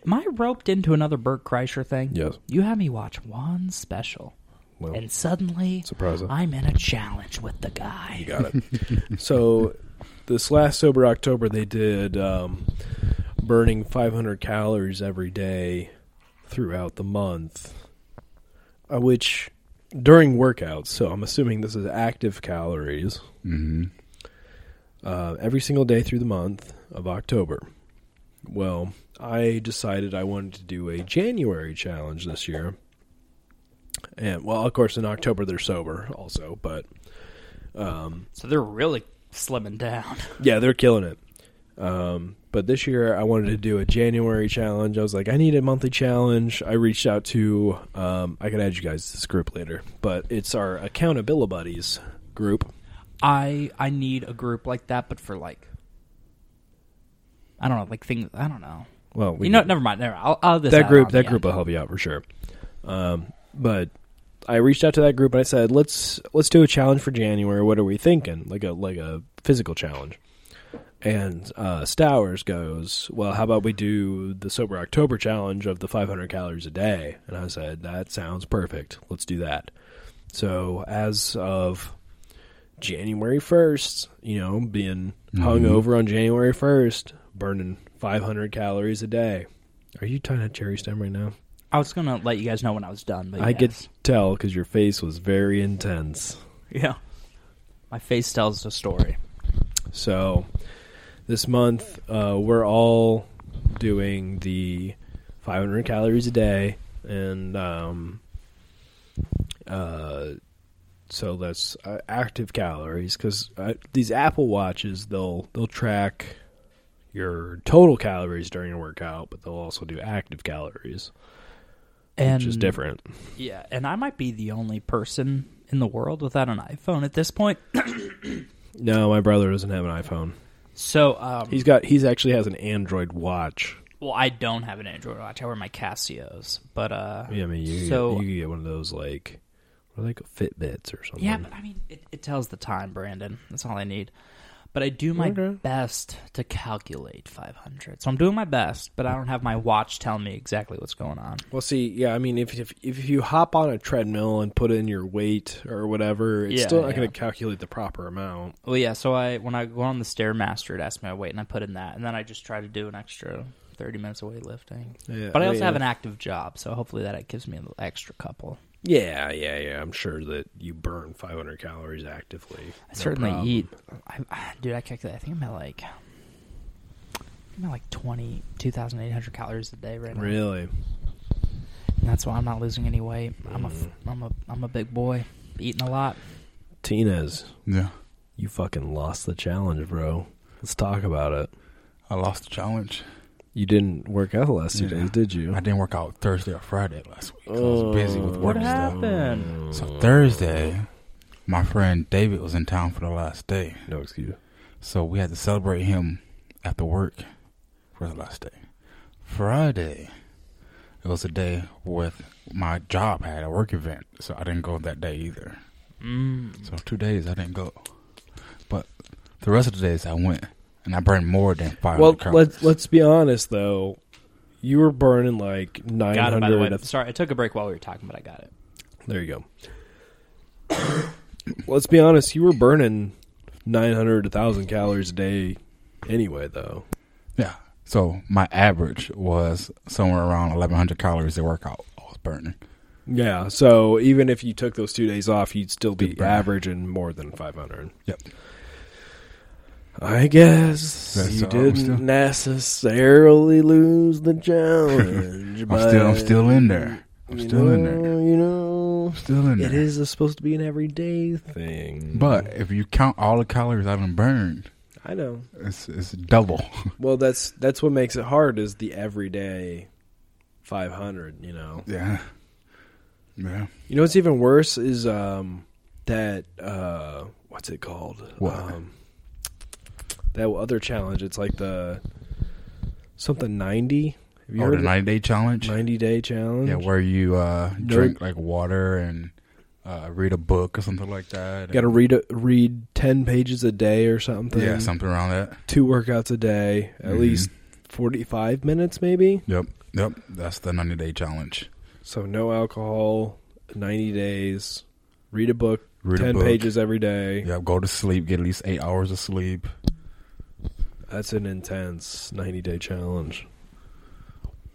Speaker 2: Am I roped into another Burt Kreischer thing?
Speaker 1: Yes.
Speaker 2: You had me watch one special,
Speaker 1: Well,
Speaker 2: and suddenly
Speaker 1: surprising.
Speaker 2: I'm in a challenge with the guy.
Speaker 1: uh, You got it. so, this last Sober October, they did um, burning 500 calories every day throughout the month, uh, which during workouts, so I'm assuming this is active calories,
Speaker 3: Mm-hmm.
Speaker 1: uh, every single day through the month of October. Well, I decided I wanted to do a January challenge this year. And, well, of course, in October they're sober also, but
Speaker 2: So they're really slimming down.
Speaker 1: Yeah, they're killing it. Um, but this year, I wanted to do a January challenge. I was like, I need a monthly challenge. I reached out to, um, I could add you guys to this group later, but it's our accountability buddies group.
Speaker 2: I I need a group like that, but for like, I don't know, like things. I don't know.
Speaker 1: Well, we
Speaker 2: you know, never mind. Never. mind. I'll, I'll this
Speaker 1: that
Speaker 2: out
Speaker 1: group
Speaker 2: on
Speaker 1: that
Speaker 2: the
Speaker 1: group
Speaker 2: end.
Speaker 1: will help you out for sure. Um, but I reached out to that group and I said, let's let's do a challenge for January. What are we thinking? Like a like a physical challenge. And uh, Stowers goes, well, how about we do the sober October challenge of the 500 calories a day? And I said, that sounds perfect. Let's do that. So as of January 1st, you know, being hung over on January 1st, burning 500 calories a day. Are you tying a cherry stem right now?
Speaker 2: I was gonna let you guys know when I was done, but
Speaker 1: I
Speaker 2: Uh, yes.
Speaker 1: could tell because your face was very intense.
Speaker 2: yeah. My face tells the story.
Speaker 1: So, this month uh, we're all doing the 500 calories a day, and um, uh, so that's uh, active calories because uh, these Apple watches they'll they'll track your total calories during a workout, but they'll also do active calories,
Speaker 2: And
Speaker 1: which is different.
Speaker 2: Yeah, and I might be the only person in the world without an iPhone at this point.
Speaker 1: No, my brother doesn't have an iPhone.
Speaker 2: So, um,
Speaker 1: He's got he's actually has an Android watch.
Speaker 2: well, I don't have an Android watch. I wear my Casios, but uh,
Speaker 1: Yeah, I mean you could
Speaker 2: So-
Speaker 1: get, you could get one of those like or like Fitbits or something.
Speaker 2: yeah, but I mean, it, it tells the time, Brandon. That's all I need. But I do my
Speaker 1: Okay.
Speaker 2: best to calculate 500. So I'm doing my best, but I don't have my watch telling me exactly what's going on.
Speaker 1: well, see, yeah, I mean if if if you hop on a treadmill and put in your weight or whatever, it's
Speaker 2: Yeah,
Speaker 1: still not
Speaker 2: yeah.
Speaker 1: going to calculate the proper amount.
Speaker 2: Well, yeah. So I when I go on the stairmaster, it asks me my weight, and I put in that, and then I just try to do an extra thirty minutes of weightlifting.
Speaker 1: Yeah,
Speaker 2: But I also
Speaker 1: Uh, mean,
Speaker 2: have an active job, so hopefully that gives me an extra couple.
Speaker 1: Yeah, yeah, yeah. I'm sure that you burn 500 calories actively.
Speaker 2: I certainly eat. I, I- dude, I calculate. I think I'm at like, I'm at like 20, 2,800 calories a day right now.
Speaker 1: Really?
Speaker 2: And that's why I'm not losing any weight. I'm a, f- I'm a, I'm a big boy, eating a lot.
Speaker 1: Tinez,
Speaker 3: Yeah.
Speaker 1: you fucking lost the challenge, bro. Let's talk about it.
Speaker 3: I lost the challenge.
Speaker 1: You didn't work out the last two
Speaker 3: Yeah.
Speaker 1: days, did you?
Speaker 3: I didn't work out Thursday or Friday last week. 'cause I was busy with
Speaker 1: Oh.
Speaker 3: work
Speaker 2: What
Speaker 3: and stuff.
Speaker 2: happened?
Speaker 3: So Thursday, my friend David was in town for the last day.
Speaker 1: No excuse.
Speaker 3: So we had to celebrate him after work for the last day. Friday, it was a day with my job had a work event, so I didn't go that day either.
Speaker 2: Mm.
Speaker 3: So two days I didn't go, but the rest of the days I went, and I burned more than five.
Speaker 1: Well,
Speaker 3: calories.
Speaker 1: let's let's be honest though. You were burning like
Speaker 2: Got it. By the
Speaker 1: 900
Speaker 2: way,
Speaker 1: of
Speaker 2: sorry, I took a break while we were talking, but I got it.
Speaker 1: There you go. Let's be honest, you were burning 900 to 1,000 calories a day anyway, though.
Speaker 3: Yeah. So my average was somewhere around 1,100 calories a workout. I was burning.
Speaker 1: Yeah, so even if you took those two days off, you'd still be
Speaker 3: Yeah.
Speaker 1: averaging more than 500.
Speaker 3: Yep.
Speaker 1: I guess
Speaker 3: That's
Speaker 1: you
Speaker 3: all, I'm
Speaker 1: didn't
Speaker 3: still-
Speaker 1: necessarily lose the challenge.
Speaker 3: I'm still, I'm still in there. I'm
Speaker 1: you
Speaker 3: still in there.
Speaker 1: know- You know,
Speaker 3: I'm still in there.
Speaker 1: it is supposed to be an everyday thing.
Speaker 3: But if you count all the calories I've been burned,
Speaker 1: I know.
Speaker 3: it's it's double.
Speaker 1: Well, that's that's what makes it hard is the everyday 500. You know,
Speaker 3: Yeah. Yeah.
Speaker 1: you know what's even worse is um that uh what's it called?
Speaker 3: What?
Speaker 1: Um, that other challenge. It's like the something 90. Have you
Speaker 3: Or
Speaker 1: heard
Speaker 3: Oh, the
Speaker 1: of it?
Speaker 3: 90 day challenge.
Speaker 1: 90 day challenge?
Speaker 3: Yeah, where you uh,
Speaker 1: No.
Speaker 3: drink like water and uh, read a book or something like that.
Speaker 1: Got to read a, read 10 pages a day or something.
Speaker 3: yeah, something around that.
Speaker 1: two workouts a day, at
Speaker 3: Mhm.
Speaker 1: least 45 minutes maybe.
Speaker 3: Yep. Yep. That's the 90 day challenge.
Speaker 1: So no alcohol, 90 days, read a book
Speaker 3: Read a
Speaker 1: 10
Speaker 3: book.
Speaker 1: pages every day.
Speaker 3: Yep. Go to sleep. Get at least eight hours of sleep.
Speaker 1: That's an intense 90 day challenge.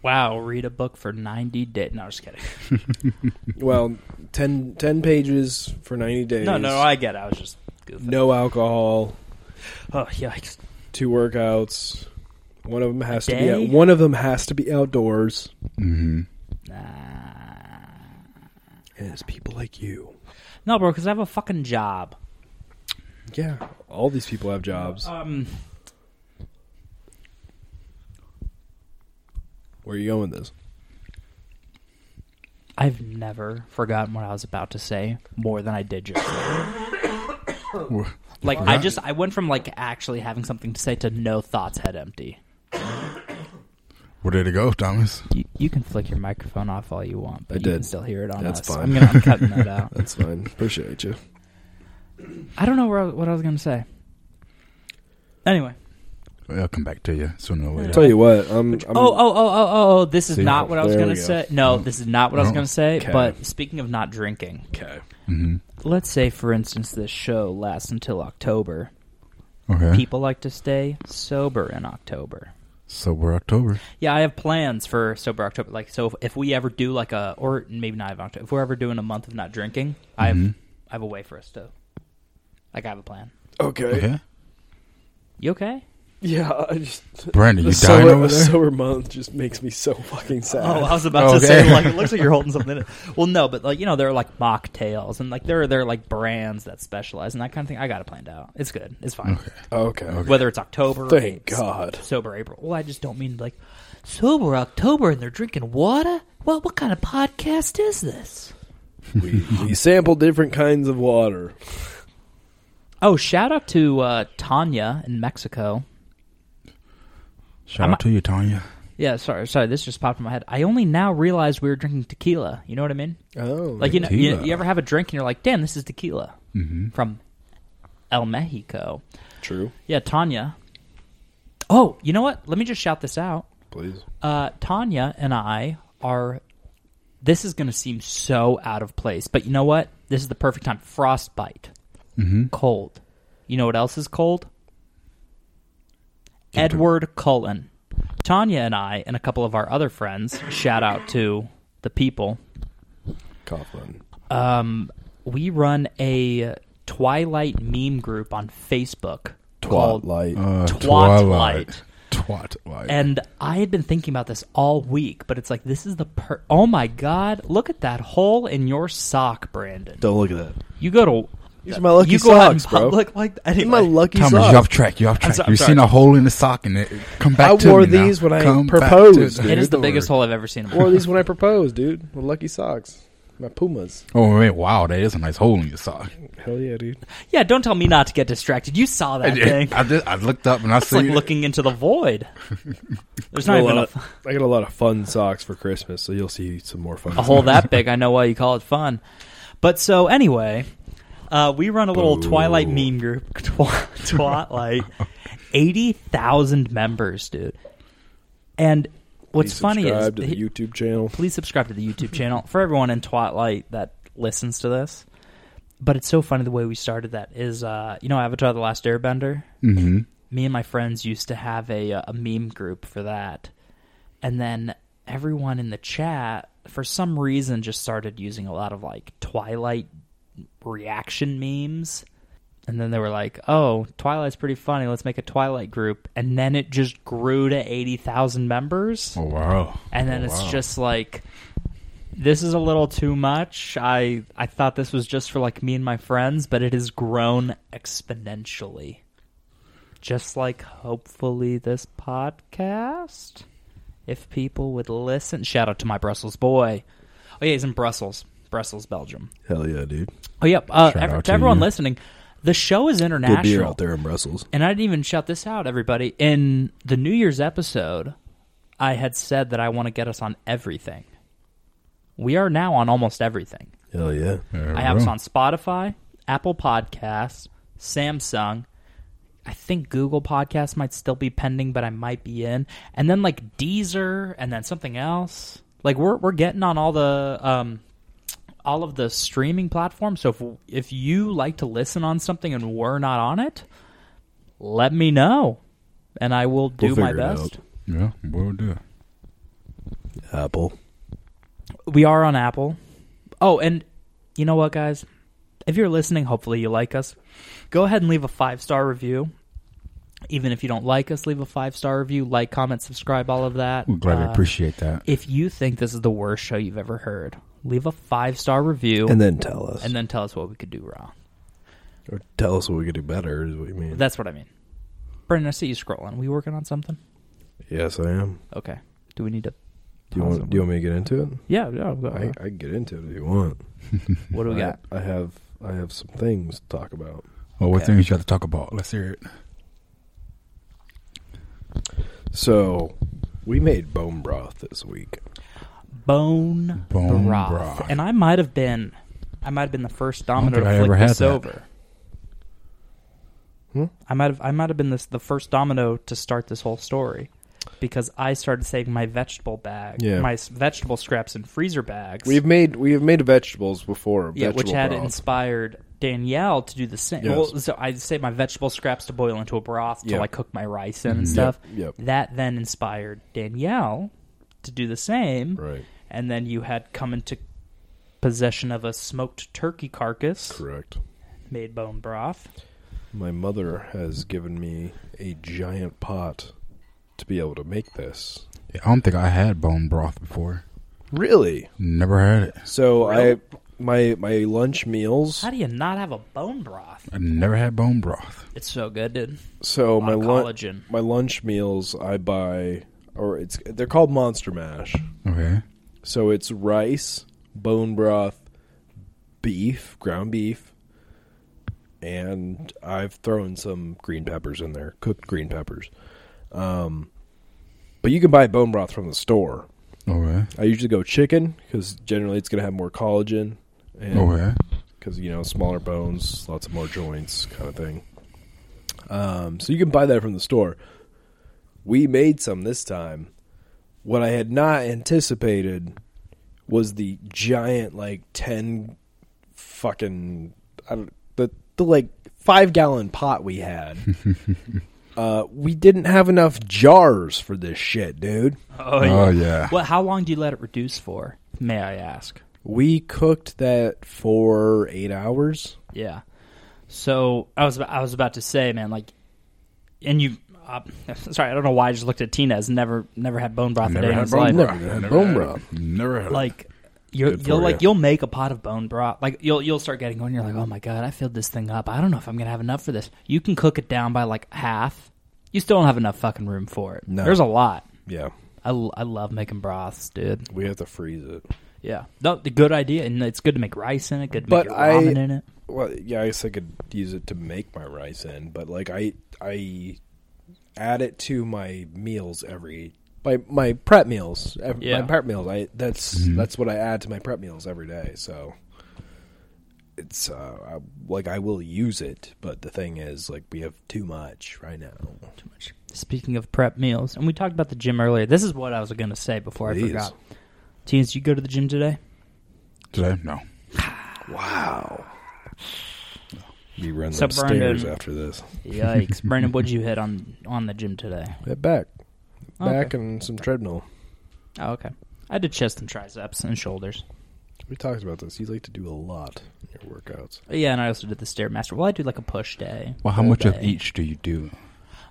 Speaker 2: Wow, read a book for ninety days. No, just kidding.
Speaker 1: Well, 10, 10 pages for 90 days.
Speaker 2: No, no, I get. it. I was just goofing.
Speaker 1: no alcohol,
Speaker 2: Oh, yikes.
Speaker 1: two workouts. One of them has to be
Speaker 2: Day?
Speaker 1: out, one of them has to be outdoors. Ah.
Speaker 3: Mm-hmm.
Speaker 2: Nah.
Speaker 1: And it's people like you.
Speaker 2: No, bro, because I have a fucking job.
Speaker 1: Yeah, all these people have jobs.
Speaker 2: Um,
Speaker 1: Where are you going with this?
Speaker 2: I've never forgotten what I was about to say more than I did just. now. like I just I went from like actually having something to say to no thoughts, head empty.
Speaker 3: Where did it go, Thomas?
Speaker 2: You, you can flick your microphone off all you want, but
Speaker 1: I
Speaker 2: you
Speaker 1: did.
Speaker 2: can still hear it on
Speaker 1: That's
Speaker 2: us.
Speaker 1: fine.
Speaker 2: I'm gonna I'm cutting that out.
Speaker 1: That's fine. Appreciate you.
Speaker 2: I don't know where I, what I was gonna say. Anyway,
Speaker 3: I'll come back to you sooner or later.
Speaker 1: Tell you what, I'm, I'm
Speaker 2: oh, oh, oh, oh, oh, oh, this is
Speaker 3: See,
Speaker 2: not what I was
Speaker 1: there
Speaker 2: gonna
Speaker 1: we go. Mm.
Speaker 2: say. No, this is not what I was
Speaker 3: No.
Speaker 2: gonna say.
Speaker 1: Okay.
Speaker 2: But speaking of not drinking,
Speaker 1: okay.
Speaker 3: hmm
Speaker 2: let's say for instance this show lasts until October.
Speaker 3: Okay.
Speaker 2: People like to stay sober in October.
Speaker 3: So we're October.
Speaker 2: Yeah, I have plans for sober October. Like, so if, if we ever do like a, or maybe not have October, if we're ever doing a month of not drinking, I have,
Speaker 3: Mhm.
Speaker 2: I have a way for us to, like, I have a plan.
Speaker 1: Okay.
Speaker 3: Okay.
Speaker 2: You okay?
Speaker 1: Yeah, I just
Speaker 3: Brandon, you
Speaker 1: the
Speaker 3: dying
Speaker 1: sober,
Speaker 3: over
Speaker 1: a
Speaker 3: there?
Speaker 1: sober month just makes me so fucking sad.
Speaker 2: Oh, I was about to
Speaker 3: Okay.
Speaker 2: say, like, it looks like you're holding something. in it. Well, no, but like, you know, there are like mocktails and like there are there are like brands that specialize in that kind of thing. I got it planned out. It's good. It's fine.
Speaker 3: Okay.
Speaker 1: okay.
Speaker 2: Whether it's October,
Speaker 1: Thank
Speaker 2: it's-
Speaker 1: God.
Speaker 2: sober April. Well, I just don't mean like sober October and they're drinking water. Well, what kind of podcast is this?
Speaker 1: We, we sample different kinds of water.
Speaker 2: Oh, shout out to uh, Tanya in Mexico.
Speaker 3: Shout
Speaker 2: I'm-
Speaker 3: out to you, Tanya.
Speaker 2: Yeah, sorry, sorry. This just popped in my head. I only now realized we were drinking tequila. You know what I mean?
Speaker 1: Oh,
Speaker 2: Like you know, you,
Speaker 3: Tequila.
Speaker 2: you ever have a drink and you're like, "Damn, this is tequila from El Mexico."
Speaker 1: true.
Speaker 2: Yeah, Tanya. Oh, you know what? Let me just shout this out.
Speaker 1: Please.
Speaker 2: uh, Tanya and I are. This is going to seem so out of place, but you know what? This is the perfect time. Frostbite, cold. You know what else is cold?
Speaker 3: Inter-
Speaker 2: Edward Cullen. Tanya and I and a couple of our other friends, shout out to the people,
Speaker 1: Coughlin.
Speaker 2: um, we run a Twilight meme group on Facebook
Speaker 1: Twat
Speaker 2: called
Speaker 1: light.
Speaker 3: Uh,
Speaker 2: Twatlight.
Speaker 3: Twatlight.
Speaker 2: And I had been thinking about this all week, but it's like this is the per. Oh my god! Look at that hole in your sock, Brandon.
Speaker 1: Don't look at that.
Speaker 2: You go to
Speaker 1: These are my lucky
Speaker 2: you go out in
Speaker 1: socks, bro.
Speaker 2: public like
Speaker 1: These are
Speaker 2: anyway.
Speaker 1: my lucky
Speaker 3: Thomas,
Speaker 1: socks.
Speaker 3: you're off track. You're off track.
Speaker 2: sorry, I'm
Speaker 3: You've
Speaker 2: sorry.
Speaker 3: seen a hole in the sock, and it come back
Speaker 1: I
Speaker 3: to
Speaker 1: wore
Speaker 3: me now.
Speaker 1: these when I
Speaker 3: Come back to
Speaker 1: proposed,
Speaker 3: me.
Speaker 1: dude.
Speaker 2: It is the
Speaker 3: Don't
Speaker 2: biggest
Speaker 3: worry.
Speaker 2: hole I've ever seen. In my
Speaker 1: wore these when I proposed, dude. With lucky socks. My Pumas.
Speaker 3: Oh wait, wow, that is a nice hole in your sock.
Speaker 1: Hell yeah, dude.
Speaker 2: Yeah, don't tell me not to get distracted. You saw
Speaker 3: I,
Speaker 2: that thing.
Speaker 3: did- I, just, I looked up and I
Speaker 2: It's like
Speaker 3: see
Speaker 2: looking into the void. There's not
Speaker 1: Well,
Speaker 2: even
Speaker 1: uh,
Speaker 2: a,
Speaker 1: I got a lot of fun socks for Christmas, so you'll see some more fun.
Speaker 2: a hole that big. I know why you call it fun. But so anyway, uh, we run a little
Speaker 3: Boo.
Speaker 2: Twilight meme group, Twilight, eighty thousand members, dude. And what's
Speaker 1: Please
Speaker 2: funny is
Speaker 1: subscribe to
Speaker 2: he-
Speaker 1: the YouTube channel.
Speaker 2: please subscribe to the YouTube channel for everyone in Twatlight that listens to this. But it's so funny the way we started that is, uh, you know, Avatar: The Last Airbender.
Speaker 3: hmm
Speaker 2: Me and my friends used to have a uh, a meme group for that, and then everyone in the chat for some reason just started using a lot of like Twilight reaction memes. And then they were like, "Oh, Twilight's pretty funny. Let's make a Twilight group." And then it just grew to eighty thousand members.
Speaker 3: Oh wow!
Speaker 2: And then
Speaker 3: Oh,
Speaker 2: it's
Speaker 3: wow.
Speaker 2: just like this is a little too much. I I thought this was just for like me and my friends, but it has grown exponentially. Just like hopefully this podcast if people would listen. Shout out to my Brussels boy. Oh yeah, he's in Brussels, Brussels, Belgium.
Speaker 1: Hell yeah, dude.
Speaker 2: Oh yeah, uh,
Speaker 3: Shout
Speaker 2: ev-
Speaker 3: out
Speaker 2: to
Speaker 3: to
Speaker 2: everyone
Speaker 3: you.
Speaker 2: listening. The show is
Speaker 1: Good beer
Speaker 2: international
Speaker 1: out there in Brussels.
Speaker 2: and I didn't even shout this out, everybody. In the New Year's episode, I had said that I want to get us on everything. We are now on almost everything.
Speaker 1: Hell yeah.
Speaker 3: There
Speaker 2: I
Speaker 3: we
Speaker 2: have us
Speaker 3: go.
Speaker 2: on Spotify, Apple Podcasts, Samsung. I think Google Podcasts might still be pending, but I might be in. And then like Deezer, and then something else. Like we're we're getting on all the um, all of the streaming platforms. So if if you like to listen on something and we're not on it, let me know, and I will do
Speaker 1: We'll
Speaker 2: my
Speaker 1: figure it
Speaker 2: best.
Speaker 3: Yeah, we'll do.
Speaker 1: Apple.
Speaker 2: We are on Apple. Oh, and you know what, guys? If you're listening, hopefully you like us. Go ahead and leave a five star review. Even if you don't like us, leave a five star review. Like, comment, subscribe, all of that.
Speaker 3: We're glad we
Speaker 2: Uh,
Speaker 3: appreciate that.
Speaker 2: If you think this is the worst show you've ever heard, leave a five star review
Speaker 1: And then tell us.
Speaker 2: and then tell us what we could do wrong.
Speaker 1: or tell us what we could do better, is what you mean.
Speaker 2: That's what I mean. Brendan, I see you scrolling. We working on something?
Speaker 1: yes, I am.
Speaker 2: Okay. Do we need to?
Speaker 1: Do you, want, do you want me to get into it?
Speaker 2: Yeah. yeah go-
Speaker 1: I, I can get into it if you want.
Speaker 2: what do we got?
Speaker 1: I, I have I have some things to talk about.
Speaker 3: Well, what
Speaker 2: okay.
Speaker 3: things you have to talk about? Let's hear it.
Speaker 1: So we made bone broth this week.
Speaker 2: bone,
Speaker 3: Bone
Speaker 2: broth.
Speaker 3: broth.
Speaker 2: and I might have been, I might have been the first domino
Speaker 3: think
Speaker 2: to
Speaker 3: I
Speaker 2: flick
Speaker 3: ever had
Speaker 2: this
Speaker 3: that.
Speaker 2: over.
Speaker 1: Hmm?
Speaker 2: I might have, I might have been this the first domino to start this whole story, because I started saving my vegetable bag,
Speaker 1: Yeah.
Speaker 2: my s- vegetable scraps in freezer bags,
Speaker 1: We've made we have made vegetables before.
Speaker 2: yeah, which
Speaker 1: vegetable
Speaker 2: had
Speaker 1: broth.
Speaker 2: inspired Danielle to do the same.
Speaker 1: Yes.
Speaker 2: Well, so I saved my vegetable scraps to boil into a broth till
Speaker 1: Yep.
Speaker 2: I cook my rice in and
Speaker 1: Yep,
Speaker 2: stuff.
Speaker 1: Mm-hmm. yep.
Speaker 2: That then inspired Danielle to do the same
Speaker 1: Right.
Speaker 2: and then you had come into possession of a smoked turkey carcass
Speaker 1: Correct.
Speaker 2: made bone broth.
Speaker 1: My mother has given me a giant pot to be able to make this.
Speaker 3: Yeah, I don't think I had bone broth before.
Speaker 1: Really?
Speaker 3: Never had it.
Speaker 1: So
Speaker 2: Really?
Speaker 1: I my my lunch meals.
Speaker 2: How do you not have a bone broth?
Speaker 3: I never had bone broth.
Speaker 2: It's so good, dude.
Speaker 1: So
Speaker 2: lot
Speaker 1: my
Speaker 2: of
Speaker 1: lunch
Speaker 2: collagen.
Speaker 1: my lunch meals I buy or it's they're called Monster Mash.
Speaker 3: Okay.
Speaker 1: So it's rice, bone broth, beef, ground beef, and I've thrown some green peppers in there, cooked green peppers. Um, but you can buy bone broth from the store.
Speaker 3: Okay.
Speaker 1: I usually go chicken because generally it's going to have more collagen, and
Speaker 3: Okay.
Speaker 1: because you know smaller bones, lots of more joints, kind of thing. Um, so you can buy that from the store. We made some this time. What I had not anticipated was the giant, like ten fucking I don't, the the like five gallon pot we had Uh, we didn't have enough jars for this shit, dude.
Speaker 2: Oh
Speaker 3: Oh, yeah.
Speaker 2: Well, how long do you let it reduce for? May I ask?
Speaker 1: We cooked that for eight hours.
Speaker 2: Yeah. So I was I was about to say, man, like, and you. Uh, sorry, I don't know why I just looked at Tina. Has never never had bone broth a day in his life.
Speaker 1: broth. Never had bone broth.
Speaker 3: Never had it.
Speaker 2: Like. You're,
Speaker 3: Good
Speaker 2: you'll
Speaker 3: for
Speaker 2: like
Speaker 3: you.
Speaker 2: you'll make a pot of bone broth. Like you'll you'll start getting going. You're like, oh my god, I filled this thing up. I don't know if I'm gonna have enough for this. You can cook it down by like half. You still don't have enough fucking room for it.
Speaker 1: No.
Speaker 2: There's a lot.
Speaker 1: Yeah,
Speaker 2: I, l- I love making broths, dude.
Speaker 1: we have to freeze it.
Speaker 2: Yeah, no, the good idea, and it's good to make rice in it. Good to
Speaker 1: But
Speaker 2: make your
Speaker 1: I-
Speaker 2: ramen in it.
Speaker 1: Well, yeah, I guess I could use it to make my rice in, but like I I add it to my meals every my my prep meals. ev-
Speaker 2: Yeah.
Speaker 1: My prep meals. I that's
Speaker 3: Mhm.
Speaker 1: that's what I add to my prep meals every day. So it's uh I, like I will use it, but the thing is like we have too much right now.
Speaker 2: Too much. Speaking of prep meals, and we talked about the gym earlier. This is what I was going to say before I
Speaker 1: Please.
Speaker 2: forgot. Teens, you go to the gym today?
Speaker 3: Today? No.
Speaker 1: Wow. We run
Speaker 2: So,
Speaker 1: them stairs
Speaker 2: Brandon-
Speaker 1: after this.
Speaker 2: Yikes, Brandon, what'd you hit on on the gym today?
Speaker 1: Get back.
Speaker 2: Okay.
Speaker 1: Back and some treadmill.
Speaker 2: Oh, okay. I did chest and triceps and shoulders.
Speaker 1: We talked about this. You like to do a lot in your workouts.
Speaker 2: Yeah, and I also did the stairmaster. Well, I do like a push day.
Speaker 3: Well, how
Speaker 2: full
Speaker 3: much of
Speaker 2: day.
Speaker 3: each do you do?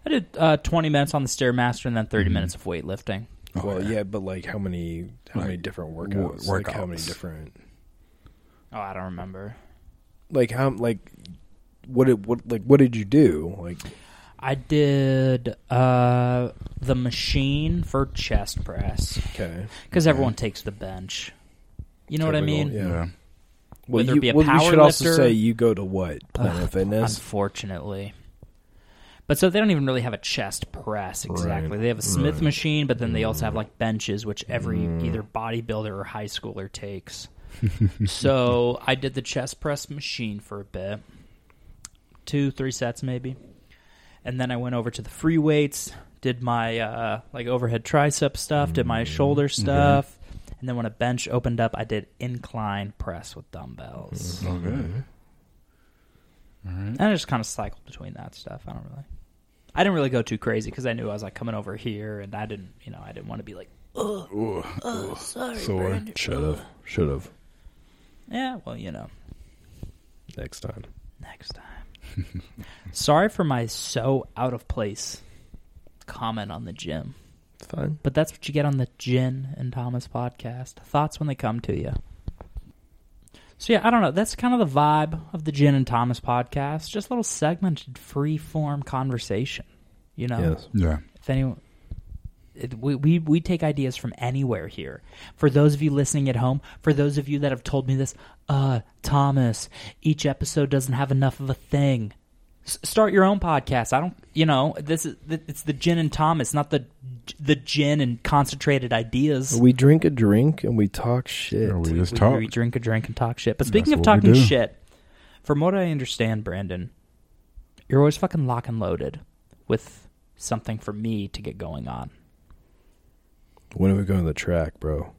Speaker 2: I did uh, twenty minutes on the stairmaster and then 30
Speaker 3: Mm-hmm.
Speaker 2: minutes of weightlifting.
Speaker 1: Well, Oh, yeah, but like how many how many
Speaker 3: Like,
Speaker 1: different
Speaker 3: wo-
Speaker 1: workouts? Like how many
Speaker 3: workouts.
Speaker 1: different
Speaker 2: Oh, I don't remember.
Speaker 1: like how like what did what like what did you do? Like
Speaker 2: I did uh, the machine for chest press.
Speaker 1: okay,
Speaker 2: because everyone takes the bench. You know what I
Speaker 1: Typical,
Speaker 2: mean?
Speaker 1: Yeah.
Speaker 2: Whether it
Speaker 1: you,
Speaker 2: be a
Speaker 1: well, we
Speaker 2: power
Speaker 1: should also
Speaker 2: lifter-
Speaker 1: say you go to what Planet
Speaker 2: Ugh,
Speaker 1: Fitness.
Speaker 2: Unfortunately. But so they don't even really have a chest press exactly.
Speaker 1: Right,
Speaker 2: They have a Smith
Speaker 1: right. Mm.
Speaker 2: machine, but then they also have like benches, which every either bodybuilder or high schooler takes. so I did the chest press machine for a bit, two, three sets maybe, and then I went over to the free weights, did my uh, like overhead tricep stuff, did
Speaker 1: Mm.
Speaker 2: my shoulder stuff, and then when a bench opened up, I did incline press with dumbbells.
Speaker 1: Mm,
Speaker 3: Okay. All right.
Speaker 2: And I just kind of cycled between that stuff. I don't really, I didn't really go too crazy because I knew I was like coming over here, and I didn't, you know, I didn't want to be like,
Speaker 3: Ooh, ooh.
Speaker 2: sorry,
Speaker 3: Sore. Brandon.
Speaker 1: Should have, should have
Speaker 2: yeah, well, you know,
Speaker 1: next time.
Speaker 2: next time. sorry for my so out of place comment on the gym,
Speaker 1: It's fine.
Speaker 2: but that's what you get on the Gin and Thomas podcast. Thoughts when they come to you. So yeah, I don't know. That's kind of the vibe of the Gin and Thomas podcast. Just little segmented, free form conversation. You know.
Speaker 1: Yes.
Speaker 3: Yeah.
Speaker 2: if anyone it, we, we we take ideas from anywhere here for those of you listening at home for those of you that have told me this uh thomas each episode doesn't have enough of a thing S- start your own podcast i don't you know this is th- it's the gin and thomas not the the gin and concentrated ideas
Speaker 1: We drink a drink and we talk shit.
Speaker 3: Yeah, we just
Speaker 2: we,
Speaker 3: talk.
Speaker 2: we drink a drink and talk shit but speaking
Speaker 3: That's
Speaker 2: of
Speaker 3: what we
Speaker 2: talking
Speaker 3: do.
Speaker 2: shit from what i understand brandon you're always fucking lock and loaded with something for me to get going on
Speaker 1: When are we going to the track, bro?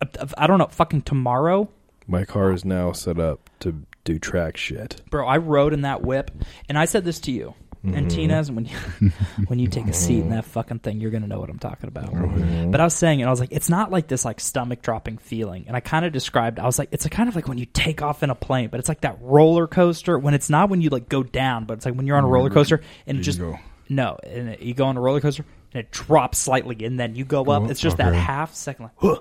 Speaker 2: I, I don't know, fucking tomorrow,
Speaker 1: My car is now set up to do track shit.
Speaker 2: bro. I rode in that whip, and I said this to you
Speaker 3: Mm-hmm.
Speaker 2: and Tina's. When you, when you take a seat in that fucking thing, you're gonna know what I'm talking about.
Speaker 3: Oh,
Speaker 2: But I was saying, and I was like, it's not like this like stomach dropping feeling. And I kind of described. I was like, it's a kind of like when you take off in a plane, but it's like that roller coaster. When it's not when you like go down, but it's like when you're on a roller coaster and it
Speaker 3: Mm-hmm. You
Speaker 2: just
Speaker 3: go.
Speaker 2: no, and it, you go on a roller coaster and it drops slightly, and then you go up.
Speaker 3: Oh,
Speaker 2: It's just that
Speaker 3: okay.
Speaker 2: half second, like "Huh."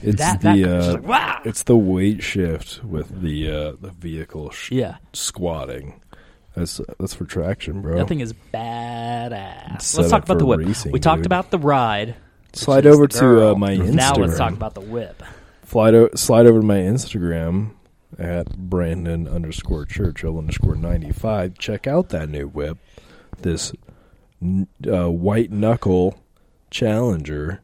Speaker 1: It's
Speaker 2: that that
Speaker 1: the
Speaker 2: it's
Speaker 1: uh,
Speaker 2: just like, wow.
Speaker 1: it's the weight shift with the uh, the vehicle sh-
Speaker 2: yeah.
Speaker 1: squatting. That's that's for traction, bro.
Speaker 2: That thing is badass.
Speaker 1: Set
Speaker 2: Let's talk
Speaker 1: up
Speaker 2: about
Speaker 1: for
Speaker 2: the whip.
Speaker 1: racing,
Speaker 2: we talked
Speaker 1: dude.
Speaker 2: about the ride.
Speaker 1: slide
Speaker 2: Just
Speaker 1: over
Speaker 2: the
Speaker 1: to uh,
Speaker 2: girl.
Speaker 1: my Instagram.
Speaker 2: Now let's talk about the whip.
Speaker 1: Slide o- slide over to my Instagram at Brandon underscore Churchill underscore ninety five. Check out that new whip, this n- uh, white knuckle Challenger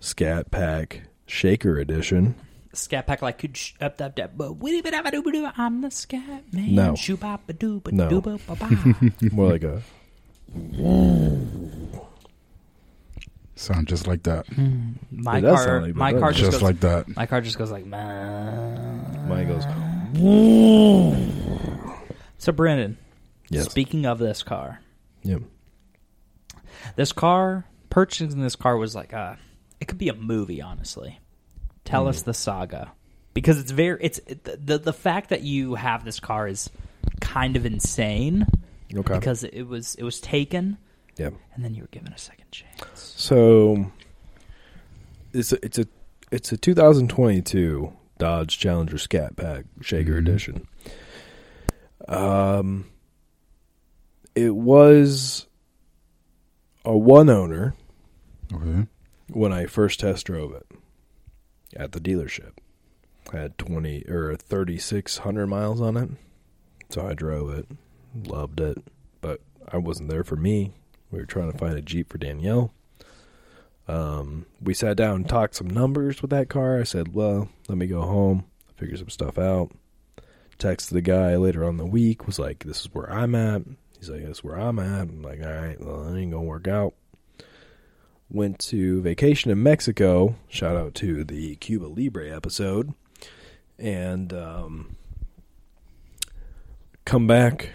Speaker 1: Scat Pack Shaker Edition.
Speaker 2: Scat pack like could sh- up up up. but witty bit of a doo ba doo, I'm the scat man.
Speaker 1: No.
Speaker 2: Shoo ba ba doo ba
Speaker 1: No.
Speaker 2: doo ba ba ba.
Speaker 1: More like a
Speaker 3: Sound just like that.
Speaker 2: My
Speaker 1: It does
Speaker 2: car,
Speaker 1: sound like
Speaker 2: my
Speaker 1: that.
Speaker 2: car just,
Speaker 3: Just
Speaker 2: goes.
Speaker 3: like that.
Speaker 2: my car just goes like man. Uh,
Speaker 1: mine goes.
Speaker 2: So Brandon,
Speaker 1: Yes.
Speaker 2: Speaking of this car,
Speaker 1: Yep.
Speaker 2: this car purchasing this car was like uh it could be a movie honestly tell us the saga because it's very it's it- the the fact that you have this car is kind of insane
Speaker 1: Okay.
Speaker 2: because it was it was taken
Speaker 1: Yep.
Speaker 2: and then you were given a second chance
Speaker 1: So it's a, it's a it's a 2022 Dodge Challenger Scat Pack Shaker
Speaker 3: Mhm.
Speaker 1: Edition. Um, it was a one owner
Speaker 3: Okay.
Speaker 1: when I first test drove it at the dealership. I had 20 or 3600 miles on it. So I drove it, loved it, but I wasn't there for me. We were trying to find a Jeep for Danielle. Um, we sat down and talked some numbers with that car. I said, "Well, let me go home, figure some stuff out." Texted the guy later on in the week was like, "This is where I'm at." He's like, "That's where I'm at." I'm like, "All right, well, it ain't gonna work out." went to vacation in Mexico. Shout out to the Cuba Libre episode. And um, come back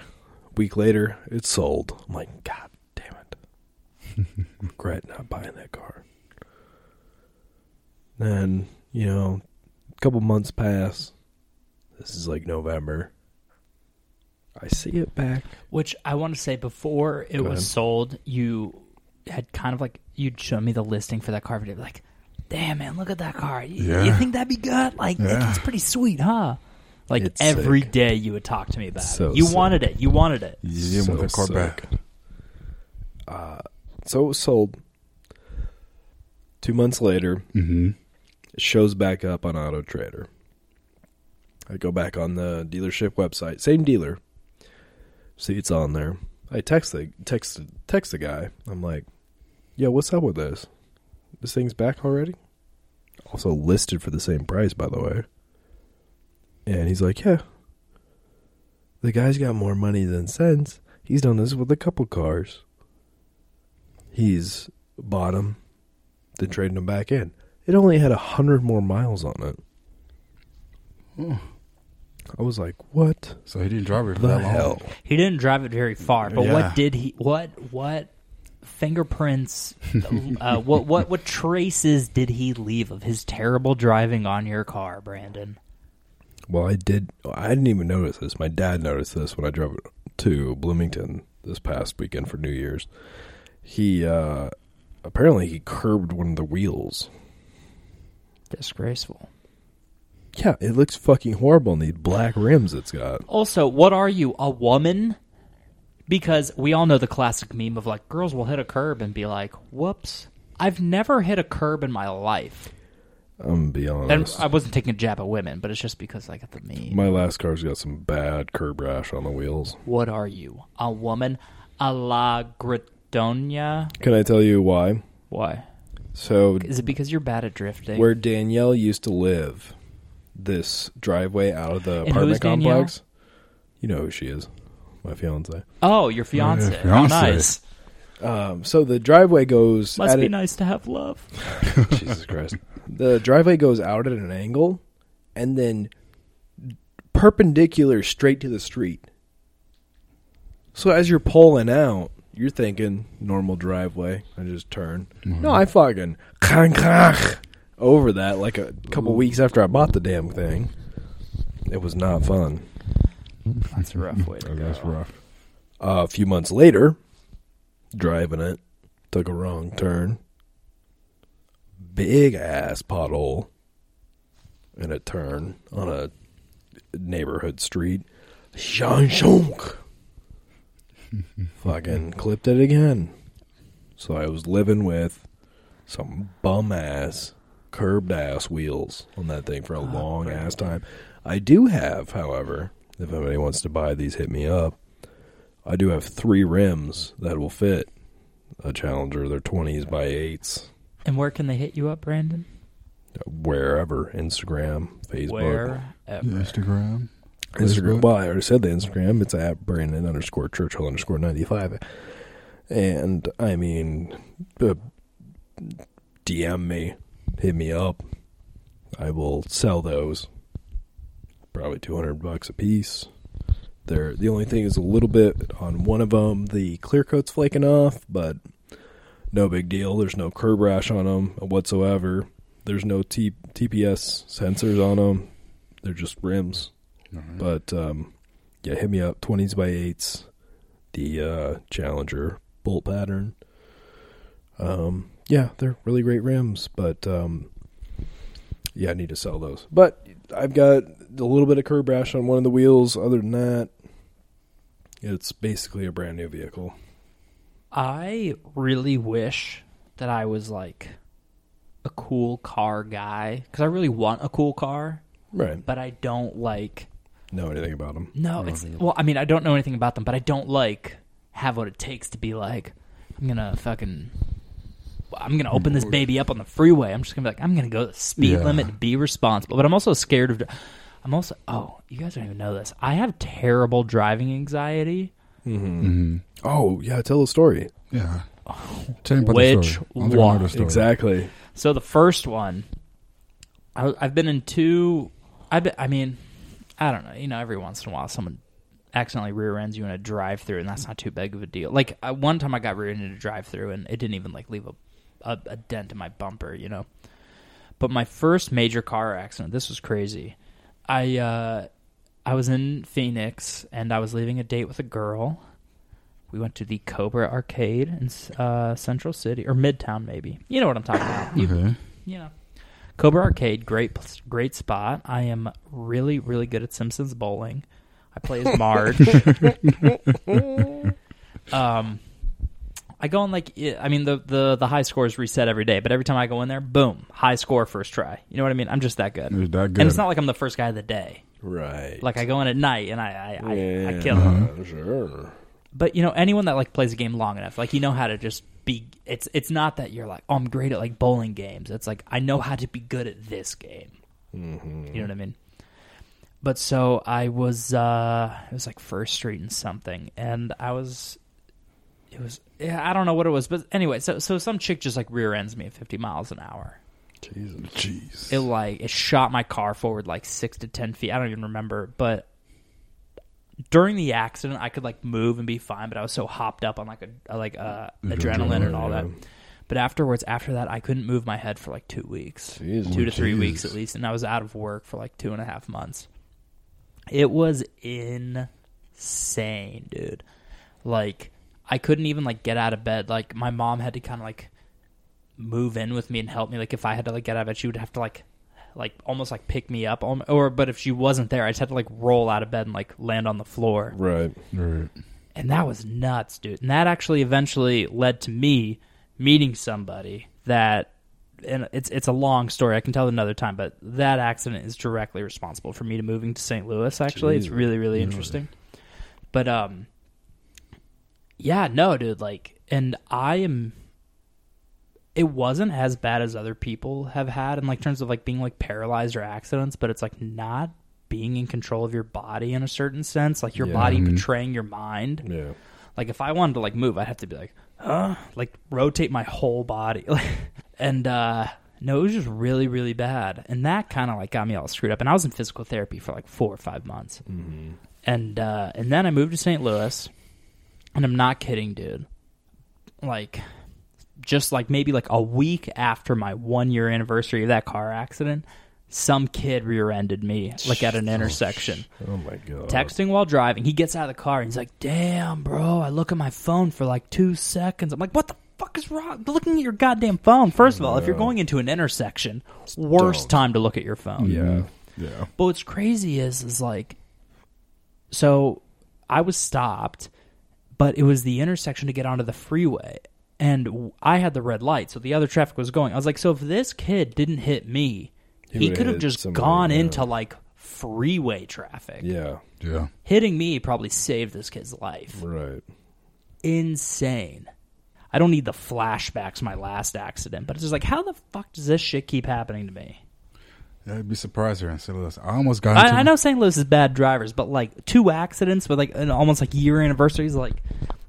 Speaker 1: week later, it's sold. I'm like, God damn it. Regret not buying that car. Then, you know, a couple months pass. This is like November. I see it back.
Speaker 2: which i want to say before it
Speaker 1: Go
Speaker 2: was
Speaker 1: ahead.
Speaker 2: sold you had kind of like you'd show me the listing for that car video like damn man look at that car you, you
Speaker 3: Yeah.
Speaker 2: think that'd be good like
Speaker 3: Yeah.
Speaker 2: it's pretty sweet huh like
Speaker 1: It's
Speaker 2: every day
Speaker 1: sick.
Speaker 2: you would talk to me about
Speaker 1: So
Speaker 2: it you
Speaker 1: sick.
Speaker 2: wanted it you wanted it
Speaker 3: You didn't want that car
Speaker 1: sick.
Speaker 3: back.
Speaker 1: Uh, so it was sold. Two months later,
Speaker 3: Mm-hmm.
Speaker 1: it shows back up on Auto Trader. I go back on the dealership website, same dealer. See, it's on there. I text the text text the guy. I'm like, "Yo, what's up with this? This thing's back already." Also listed for the same price, by the way. And he's like, "Yeah, the guy's got more money than sense. He's done this with a couple cars. He's bought them, then traded them back in. It only had a hundred more miles on it.
Speaker 3: Oh.
Speaker 1: I was like, what
Speaker 3: So he didn't drive it for
Speaker 1: the
Speaker 3: that long.
Speaker 1: hell?
Speaker 2: He didn't drive it very far, but
Speaker 3: Yeah.
Speaker 2: what did he? What what fingerprints? uh, what what what traces did he leave of his terrible driving on your car, Brandon?
Speaker 1: Well, I did. I didn't even notice this. My dad noticed this when I drove to Bloomington this past weekend for New Year's. He uh, apparently he curbed one of the wheels.
Speaker 2: Disgraceful.
Speaker 1: Yeah, it looks fucking horrible. And these black rims it's got.
Speaker 2: Also, what are you, a woman? Because we all know the classic meme of like girls will hit a curb and be like, "Whoops." I've never hit a curb in my life.
Speaker 1: I'm gonna be
Speaker 2: And
Speaker 1: honest.
Speaker 2: I wasn't taking a jab at women, but it's just because I got the meme.
Speaker 1: My last car's got some bad curb rash on the wheels.
Speaker 2: What are you? A woman? A la Gritonia?
Speaker 1: Can I tell you why?
Speaker 2: Why?
Speaker 1: So
Speaker 2: Is it because you're bad at drifting?
Speaker 1: where Danielle used to live, this driveway out of the
Speaker 2: And who is
Speaker 1: apartment
Speaker 2: Danielle?
Speaker 1: complex. You know who she is, my fiance.
Speaker 2: oh, your fiance.
Speaker 3: Yeah,
Speaker 2: How
Speaker 3: fiancé.
Speaker 2: nice.
Speaker 1: Um, so the driveway goes.
Speaker 2: Must
Speaker 1: at
Speaker 2: be
Speaker 1: it-
Speaker 2: nice to have love.
Speaker 1: Jesus Christ. The driveway goes out at an angle, and then perpendicular straight to the street. So as you're pulling out, you're thinking normal driveway. I just turn. No, I fucking crank, crank over that like a couple weeks after I bought the damn thing. It was not fun.
Speaker 2: That's a rough way to
Speaker 3: Oh,
Speaker 2: go.
Speaker 3: that's rough.
Speaker 1: a few months later, driving it, took a wrong turn. Big ass pothole in a turn on a neighborhood street. Jean Shunk. Fucking clipped it again. So I was living with some bum ass, curbed ass wheels on that thing for a long ass time. I do have, however, if anybody wants to buy these, hit me up. I do have three rims that will fit a Challenger. They're 20s by 8s.
Speaker 2: And where can they hit you up, Brandon?
Speaker 1: Wherever. Instagram, Facebook.
Speaker 2: Wherever.
Speaker 3: Instagram.
Speaker 1: Instagram.
Speaker 3: Facebook?
Speaker 1: Well, I already said the Instagram. It's at Brandon underscore Churchill underscore 95. And, I mean, uh, DM me. Hit me up. I will sell those. Probably 200 bucks a piece. They're the only thing is a little bit on one of them. The clear coat's flaking off, but no big deal. There's no curb rash on them whatsoever. There's no T- TPS sensors on them. They're just rims. But um, yeah, hit me up. Twenties by eights, the uh, Challenger bolt pattern. Um, yeah, they're really great rims, but um, yeah, I need to sell those. But I've got a little bit of curb rash on one of the wheels. Other than that, it's basically a brand new vehicle.
Speaker 2: I really wish that I was like a cool car guy because I really want a cool car,
Speaker 1: Right.
Speaker 2: but I don't like.
Speaker 1: Know anything about them?
Speaker 2: No, it's well. I mean, I don't know anything about them, but I don't like have what it takes to be like. I'm gonna fucking. I'm gonna open this baby up on the freeway. I'm just gonna be like, I'm gonna go the speed
Speaker 3: Yeah.
Speaker 2: limit, be responsible. But I'm also scared of. I'm also. Oh, you guys don't even know this. I have terrible driving anxiety.
Speaker 3: Mm-hmm.
Speaker 1: Oh yeah, tell the story.
Speaker 3: Yeah. Tell me about
Speaker 2: Which
Speaker 3: the story. I don't think I know
Speaker 2: one?
Speaker 3: the story.
Speaker 1: Exactly.
Speaker 2: So the first one, I, I've been in two. I've been, I mean, I don't know. You know, every once in a while, someone accidentally rear ends you in a drive through, and that's not too big of a deal. Like I, one time, I got rear ended in a drive through, and it didn't even like leave a, a a dent in my bumper. You know, but my first major car accident. This was crazy. I uh, I was in Phoenix, and I was leaving a date with a girl. We went to the Cobra Arcade in uh, Central City or Midtown, maybe. You know what I'm talking about. You-
Speaker 3: Okay.
Speaker 2: you know. Cobra Arcade, great, pl- great spot. I am really, really good at Simpsons bowling. I play as Marge. um, I go in like i- I mean the, the the high scores reset every day, but every time I go in there, boom, high score first try. You know what I mean? I'm just that good,
Speaker 3: It was that Mm, good.
Speaker 2: and it's not like I'm the first guy of the day.
Speaker 1: Right.
Speaker 2: Like I go in at night and I I, I, I
Speaker 1: Yeah.
Speaker 2: kill them.
Speaker 3: Uh-huh.
Speaker 1: Sure.
Speaker 2: But you know anyone that like plays a game long enough, like you know how to just be. It's it's not that you're like oh I'm great at like bowling games. It's like I know how to be good at this game. You know what I mean? But so I was uh it was like First Street and something, and I was it was yeah, I don't know what it was, but anyway, so so some chick just like rear ends me at fifty miles an hour.
Speaker 1: Jesus.
Speaker 3: Jeez.
Speaker 2: It like it shot my car forward like six to ten feet. I don't even remember, but during the accident, I could like move and be fine, but I was so hopped up on like a like uh, adrenaline and all that.
Speaker 1: Adrenaline,
Speaker 2: But afterwards, after that, I couldn't move my head for like two weeks,
Speaker 1: Jesus.
Speaker 2: two to three
Speaker 3: Jeez.
Speaker 2: weeks at least, and I was out of work for like two and a half months. It was insane, dude. Like I couldn't even like get out of bed. Like my mom had to kind of like move in with me and help me. Like if I had to like get out of bed, she would have to like like almost like pick me up. Alm- Or but if she wasn't there, I just had to like roll out of bed and like land on the floor.
Speaker 1: Right.
Speaker 3: Right.
Speaker 2: And that was nuts, dude. And that actually eventually led to me meeting somebody that and it's it's a long story. I can tell it another time, but that accident is directly responsible for me to moving to St. Louis actually. It's
Speaker 1: Jeez.
Speaker 2: really really interesting. But um yeah, no, dude, like and I am it wasn't as bad as other people have had in like terms of like being like paralyzed or accidents, but it's like not being in control of your body in a certain sense, like your
Speaker 1: Yeah.
Speaker 2: body betraying your mind.
Speaker 1: Yeah.
Speaker 2: Like if I wanted to like move, I'd have to be like, huh? Like rotate my whole body. and uh no, it was just really, really bad. And that kinda like got me all screwed up. And I was in physical therapy for like four or five months.
Speaker 1: Mm-hmm.
Speaker 2: And uh and then I moved to St. Louis and I'm not kidding, dude. Like just like maybe like a week after my one year anniversary of that car accident, some kid rear ended me like at an intersection
Speaker 1: Oh my god.
Speaker 2: texting while driving. He gets out of the car and he's like, "Damn, bro! I look at my phone for like two seconds. I'm like, what the fuck is wrong? Looking at your goddamn phone. First of all, if you're going into an intersection, worst
Speaker 1: don't.
Speaker 2: time to look at your phone.
Speaker 1: Yeah.
Speaker 3: Yeah.
Speaker 2: But what's crazy is, is like, so I was stopped, but it was the intersection to get onto the freeway, and w- I had the red light, so the other traffic was going. I was like, so if this kid didn't hit me,
Speaker 1: He
Speaker 2: he
Speaker 1: would've
Speaker 2: could have
Speaker 1: hit
Speaker 2: just
Speaker 1: somebody,
Speaker 2: gone
Speaker 1: yeah.
Speaker 2: into like freeway traffic
Speaker 1: Yeah.
Speaker 3: Yeah.
Speaker 2: hitting me probably saved this kid's life.
Speaker 1: Right.
Speaker 2: Insane. I don't need the flashbacks of my last accident, but it's just like, how the fuck does this shit keep happening to me?
Speaker 3: I'd be surprised here in St. Louis. I almost got into
Speaker 2: I, I know St. Louis is bad drivers, but like two accidents with like an almost like year anniversaries. Like,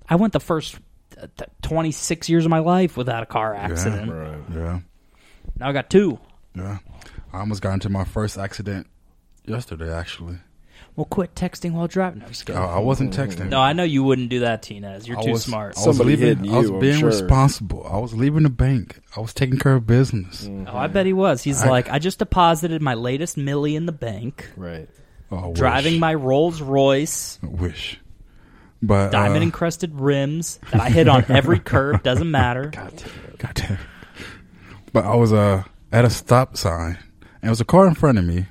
Speaker 2: I went the first uh, th- 26 years of my life without a car accident.
Speaker 1: Right.
Speaker 3: Yeah.
Speaker 2: Now I got two.
Speaker 3: Yeah. I almost got into my first accident yesterday, actually.
Speaker 2: Well, quit texting while driving. No, I'm just
Speaker 3: Oh,
Speaker 2: kidding.
Speaker 3: I wasn't texting.
Speaker 2: no, I know you wouldn't do that, Tinez. You're
Speaker 3: I
Speaker 2: too
Speaker 3: was-
Speaker 2: smart.
Speaker 3: I was
Speaker 1: Mm. Somebody
Speaker 3: leaving.
Speaker 1: hit
Speaker 3: I was
Speaker 1: you, I'm
Speaker 3: being
Speaker 1: sure.
Speaker 3: responsible. I was leaving the bank. I was taking care of business.
Speaker 1: Mm.
Speaker 2: Oh, I bet he was. He's
Speaker 3: I-
Speaker 2: like, I just deposited my latest millie in the bank,
Speaker 1: Right.
Speaker 3: Oh, I
Speaker 2: driving
Speaker 3: wish.
Speaker 2: my Rolls Royce,
Speaker 3: wish, but
Speaker 2: diamond
Speaker 3: uh,
Speaker 2: encrusted rims that I hit on every curb. Doesn't matter.
Speaker 1: God damn it.
Speaker 3: God damn. uh, But I was uh, at a stop sign, and it was a car in front of me,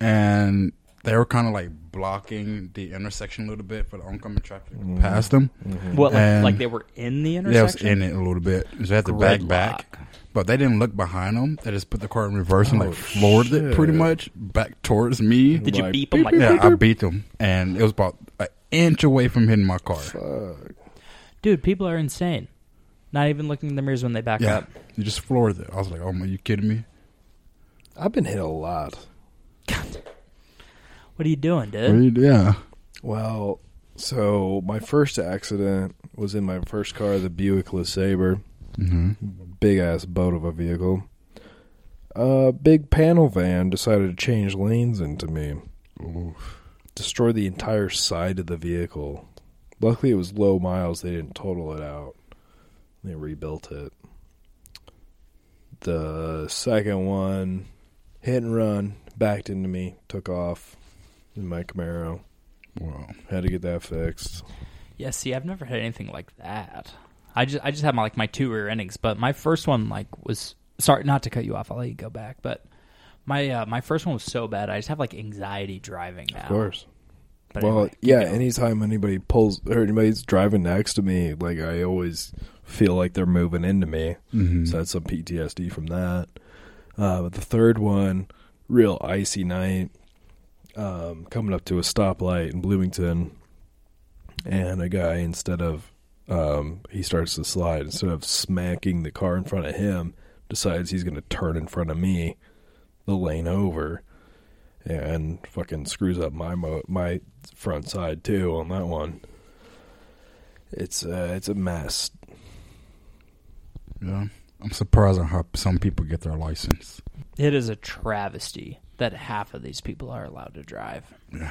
Speaker 3: and they were kind of like blocking the intersection a little bit for the oncoming traffic
Speaker 1: Mm-hmm.
Speaker 3: to past them.
Speaker 2: What, like,
Speaker 3: And-
Speaker 2: like they were in the
Speaker 3: Yeah, I was
Speaker 2: intersection?
Speaker 3: in it a little bit. So they had to back
Speaker 2: Gridlock.
Speaker 3: back. But they didn't look behind them. They just put the car in reverse and
Speaker 1: Oh,
Speaker 3: like floored it pretty
Speaker 1: shit.
Speaker 3: much back towards me.
Speaker 2: Did you
Speaker 1: Like,
Speaker 2: beep him like
Speaker 3: yeah, I beat them, and it was about an inch away from hitting my car.
Speaker 2: Dude, people are insane. Not even looking in the mirrors when they back
Speaker 3: Yeah,
Speaker 2: up.
Speaker 3: you just floored it. I was like, "Oh my, you kidding me?"
Speaker 1: I've been hit a lot.
Speaker 2: What are you doing, dude?
Speaker 3: Yeah,
Speaker 1: Well, so my first accident was in my first car, the Buick LeSabre.
Speaker 3: mm-hmm.
Speaker 1: Big ass boat of a vehicle. A big panel van decided to change lanes into me. Destroyed the entire side of the vehicle. Luckily, it was low miles. They didn't total it out. They rebuilt it. The second one hit and run, backed into me, took off in my Camaro.
Speaker 3: Wow.
Speaker 1: Had to get that fixed.
Speaker 2: Yeah, see, I've never had anything like that. I just I just had my like my two rear endings, but my first one like was sorry not to cut you off. I'll let you go back, but my uh, my first one was so bad. I just have like anxiety driving now.
Speaker 1: Of course.
Speaker 2: But
Speaker 1: well,
Speaker 2: anyway, keep
Speaker 1: yeah.
Speaker 2: going.
Speaker 1: Anytime anybody pulls or anybody's driving next to me, like I always feel like they're moving into me.
Speaker 3: Mm-hmm.
Speaker 1: So that's some PTSD from that. Uh, but the third one, real icy night, um, coming up to a stoplight in Bloomington, and a guy instead of um, he starts to slide instead of smacking the car in front of him, decides he's going to turn in front of me, the lane over, and fucking screws up my mo- my front side too on that one. It's uh, it's a mess.
Speaker 3: yeah, I'm surprised at how some people get their license.
Speaker 2: it is a travesty that half of these people are allowed to drive.
Speaker 3: Yeah,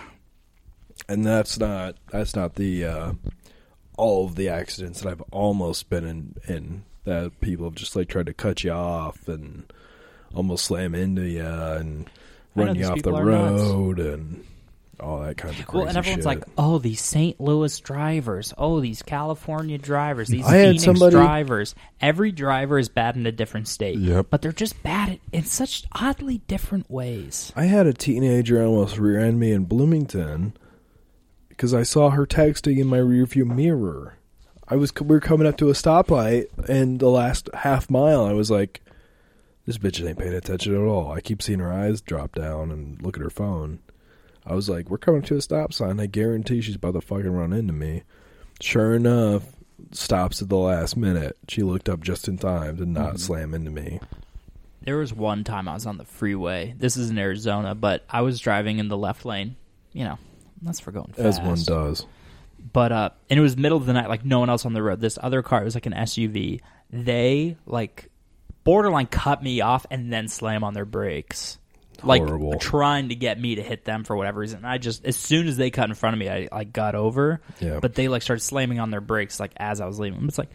Speaker 1: and that's not that's not the uh, all of the accidents that I've almost been in in that people have just like tried to cut you off and almost slam into you and
Speaker 2: I know
Speaker 1: run you
Speaker 2: these
Speaker 1: off the
Speaker 2: people are nuts.
Speaker 1: road and all that kind of crazy
Speaker 2: Well, and everyone's
Speaker 1: shit.
Speaker 2: like, "Oh, these St. Louis drivers! Oh, these California drivers! These
Speaker 1: I had
Speaker 2: Phoenix
Speaker 1: somebody-
Speaker 2: drivers! Every driver is bad in a different state,
Speaker 3: Yep.
Speaker 2: but they're just bad at, in such oddly different ways."
Speaker 1: I had a teenager almost rear-end me in Bloomington because I saw her texting in my rearview mirror. I was we were coming up to a stoplight, and the last half mile, I was like, "This bitch ain't paying attention at all." I keep seeing her eyes drop down and look at her phone. I was like, "We're coming to a stop sign. I guarantee she's about to fucking run into me." Sure enough, stops at the last minute. She looked up just in time to
Speaker 2: Mm-hmm.
Speaker 1: not slam into me.
Speaker 2: There was one time I was on the freeway. This is in Arizona, but I was driving in the left lane. You know, that's for going
Speaker 1: As
Speaker 2: fast.
Speaker 1: one does.
Speaker 2: But uh, and it was middle of the night, like no one else on the road. This other car, it was like an SUV. They like borderline cut me off and then slam on their brakes, like
Speaker 1: Horrible.
Speaker 2: trying to get me to hit them for whatever reason. And I just as soon as they cut in front of me, I like got over.
Speaker 1: Yeah.
Speaker 2: But they like started slamming on their brakes like as I was leaving. It's like,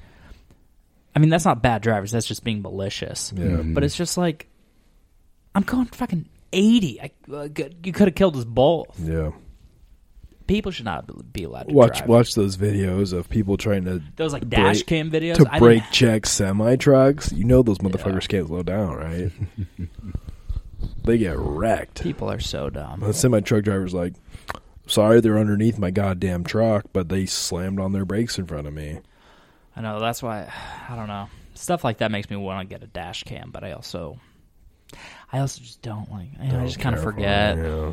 Speaker 2: I mean, that's not bad drivers. That's just being malicious.
Speaker 1: Yeah.
Speaker 2: But it's just like, I'm going fucking 80. I, uh, you could have killed us both.
Speaker 1: Yeah.
Speaker 2: People should not be allowed to
Speaker 1: watch
Speaker 2: drive.
Speaker 1: watch those videos of people trying to
Speaker 2: Those like
Speaker 1: break-
Speaker 2: dash cam videos.
Speaker 1: to
Speaker 2: I
Speaker 1: break
Speaker 2: didn't-
Speaker 1: check semi trucks. You know those motherfuckers can't slow down, right? they get wrecked.
Speaker 2: people are so dumb.
Speaker 1: The semi truck driver's like, "Sorry, they're underneath my goddamn truck, but they slammed on their brakes in front of me."
Speaker 2: I know. That's why I don't know. Stuff like that makes me want to get a dash cam, but I also, I also just don't like. You know, I
Speaker 1: Oh,
Speaker 2: just kind of
Speaker 1: careful,
Speaker 2: forget.
Speaker 1: yeah.
Speaker 2: Yeah.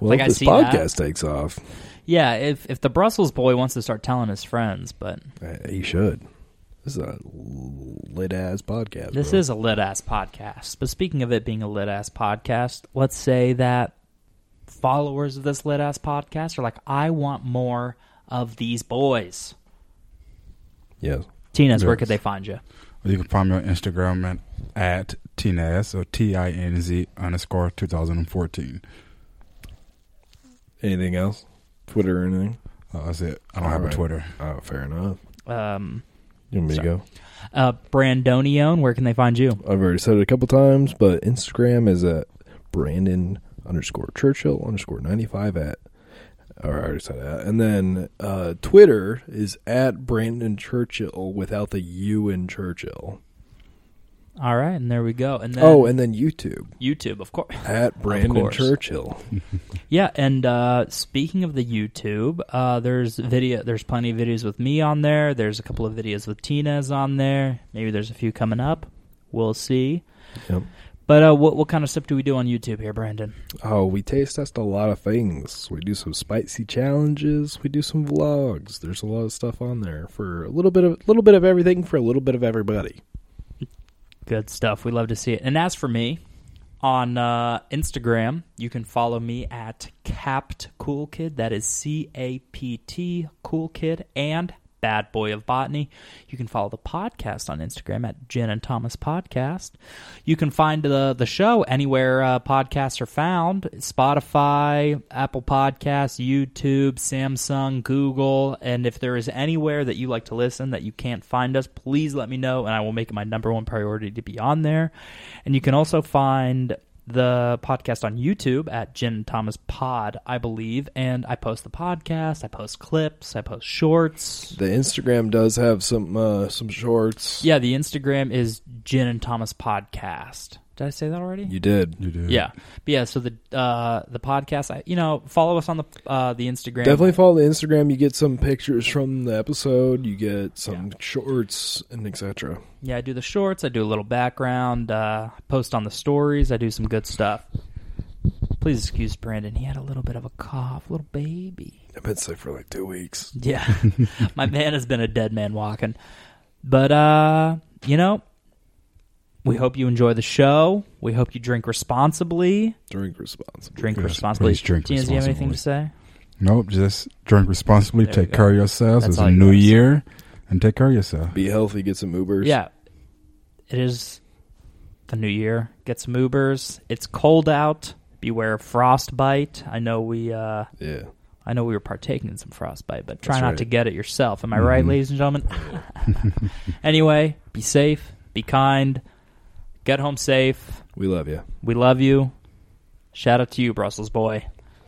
Speaker 1: Well,
Speaker 2: Like,
Speaker 1: if
Speaker 2: I
Speaker 1: this
Speaker 2: see that.
Speaker 1: podcast takes off,
Speaker 2: if if the Brussels boy wants to start telling his friends, but
Speaker 1: eh, he should. This is a lit ass podcast.
Speaker 2: this
Speaker 1: bro.
Speaker 2: is a lit ass podcast. But speaking of it being a lit ass podcast, let's say that followers of this lit ass podcast are like, I want more of these boys.
Speaker 1: yes.
Speaker 2: Tina's, where
Speaker 3: Yes.
Speaker 2: could they find you?
Speaker 3: you can find me on Instagram at, at Tinez, so T I N Z underscore 2014.
Speaker 1: Anything else? Twitter or anything?
Speaker 3: Oh, that's it. I don't have
Speaker 1: Alright.
Speaker 3: a Twitter.
Speaker 1: Oh, fair enough.
Speaker 2: Um,
Speaker 1: You want me to
Speaker 2: Sorry.
Speaker 1: go?
Speaker 2: uh, Brandonione, where can they find you?
Speaker 1: I've already said it a couple times, but Instagram is at Brandon underscore Churchill underscore 95 at. Or I already said that. And then uh, Twitter is at Brandon Churchill without the U in Churchill.
Speaker 2: All right, and there we go. And then
Speaker 1: oh, and then YouTube
Speaker 2: YouTube, of course.
Speaker 1: at Brandon
Speaker 2: course.
Speaker 1: Churchill.
Speaker 2: Yeah, and uh, speaking of the YouTube, uh, there's video. There's plenty of videos with me on there. There's a couple of videos with Tina's on there. Maybe there's a few coming up. We'll see.
Speaker 1: Yep.
Speaker 2: But uh, what what kind of stuff do we do on YouTube here, Brandon?
Speaker 1: Oh, we taste test a lot of things. We do some spicy challenges. We do some vlogs. There's a lot of stuff on there for a little bit of little bit of everything for a little bit of everybody.
Speaker 2: Good stuff. We love to see it. And as for me, on uh, Instagram, you can follow me at Capt Cool Kid. That is C A P T Cool Kid and Bad Boy of Botany. You can follow the podcast on Instagram at Jen and Thomas Podcast. You can find the the show anywhere uh, podcasts are found: Spotify, Apple Podcasts, YouTube, Samsung, Google. And if there is anywhere that you like to listen that you can't find us, please let me know, and I will make it my number one priority to be on there. And you can also find the podcast on YouTube at Jen and Thomas Pod, I believe. And I post the podcast, I post clips, I post shorts.
Speaker 1: The Instagram does have some uh, some shorts.
Speaker 2: Yeah, the Instagram is Jen and Thomas Podcast. Did I say that already?
Speaker 1: You did.
Speaker 3: You do.
Speaker 2: Yeah, but yeah. So the uh, the podcast, I, you know, follow us on the uh, the Instagram.
Speaker 1: Definitely follow the Instagram. You get some pictures from the episode. You get some shorts and etc.
Speaker 2: Yeah, I do the shorts. I do a little background. Uh, post on the stories. I do some good stuff. Please excuse Brandon. He had a little bit of a cough, little baby.
Speaker 1: I've been sick for like two weeks.
Speaker 2: Yeah. My man has been a dead man walking. But uh, you know, we hope you enjoy the show. We hope you drink responsibly.
Speaker 1: Drink responsibly.
Speaker 2: Drink
Speaker 3: Yes,
Speaker 2: responsibly.
Speaker 3: please drink
Speaker 2: Gina, do you have anything to say?
Speaker 3: Nope. Just drink responsibly.
Speaker 2: There you
Speaker 3: take
Speaker 2: go.
Speaker 3: care of yourselves.
Speaker 2: That's
Speaker 3: it's
Speaker 2: all
Speaker 3: a
Speaker 2: you
Speaker 3: new
Speaker 2: gotta say.
Speaker 3: year, and take care of yourself.
Speaker 1: Be healthy. Get some Ubers.
Speaker 2: Yeah. It is the new year. Get some Ubers. It's cold out. Beware of frostbite. I know we uh
Speaker 1: Yeah.
Speaker 2: I know we were partaking in some frostbite, but try
Speaker 1: That's
Speaker 2: not
Speaker 1: right. Mm-hmm.
Speaker 2: to get it yourself. Am I right, ladies and gentlemen? anyway, be safe, be kind, get home safe.
Speaker 1: We love you.
Speaker 2: We love you. Shout out to you, Brussels boy.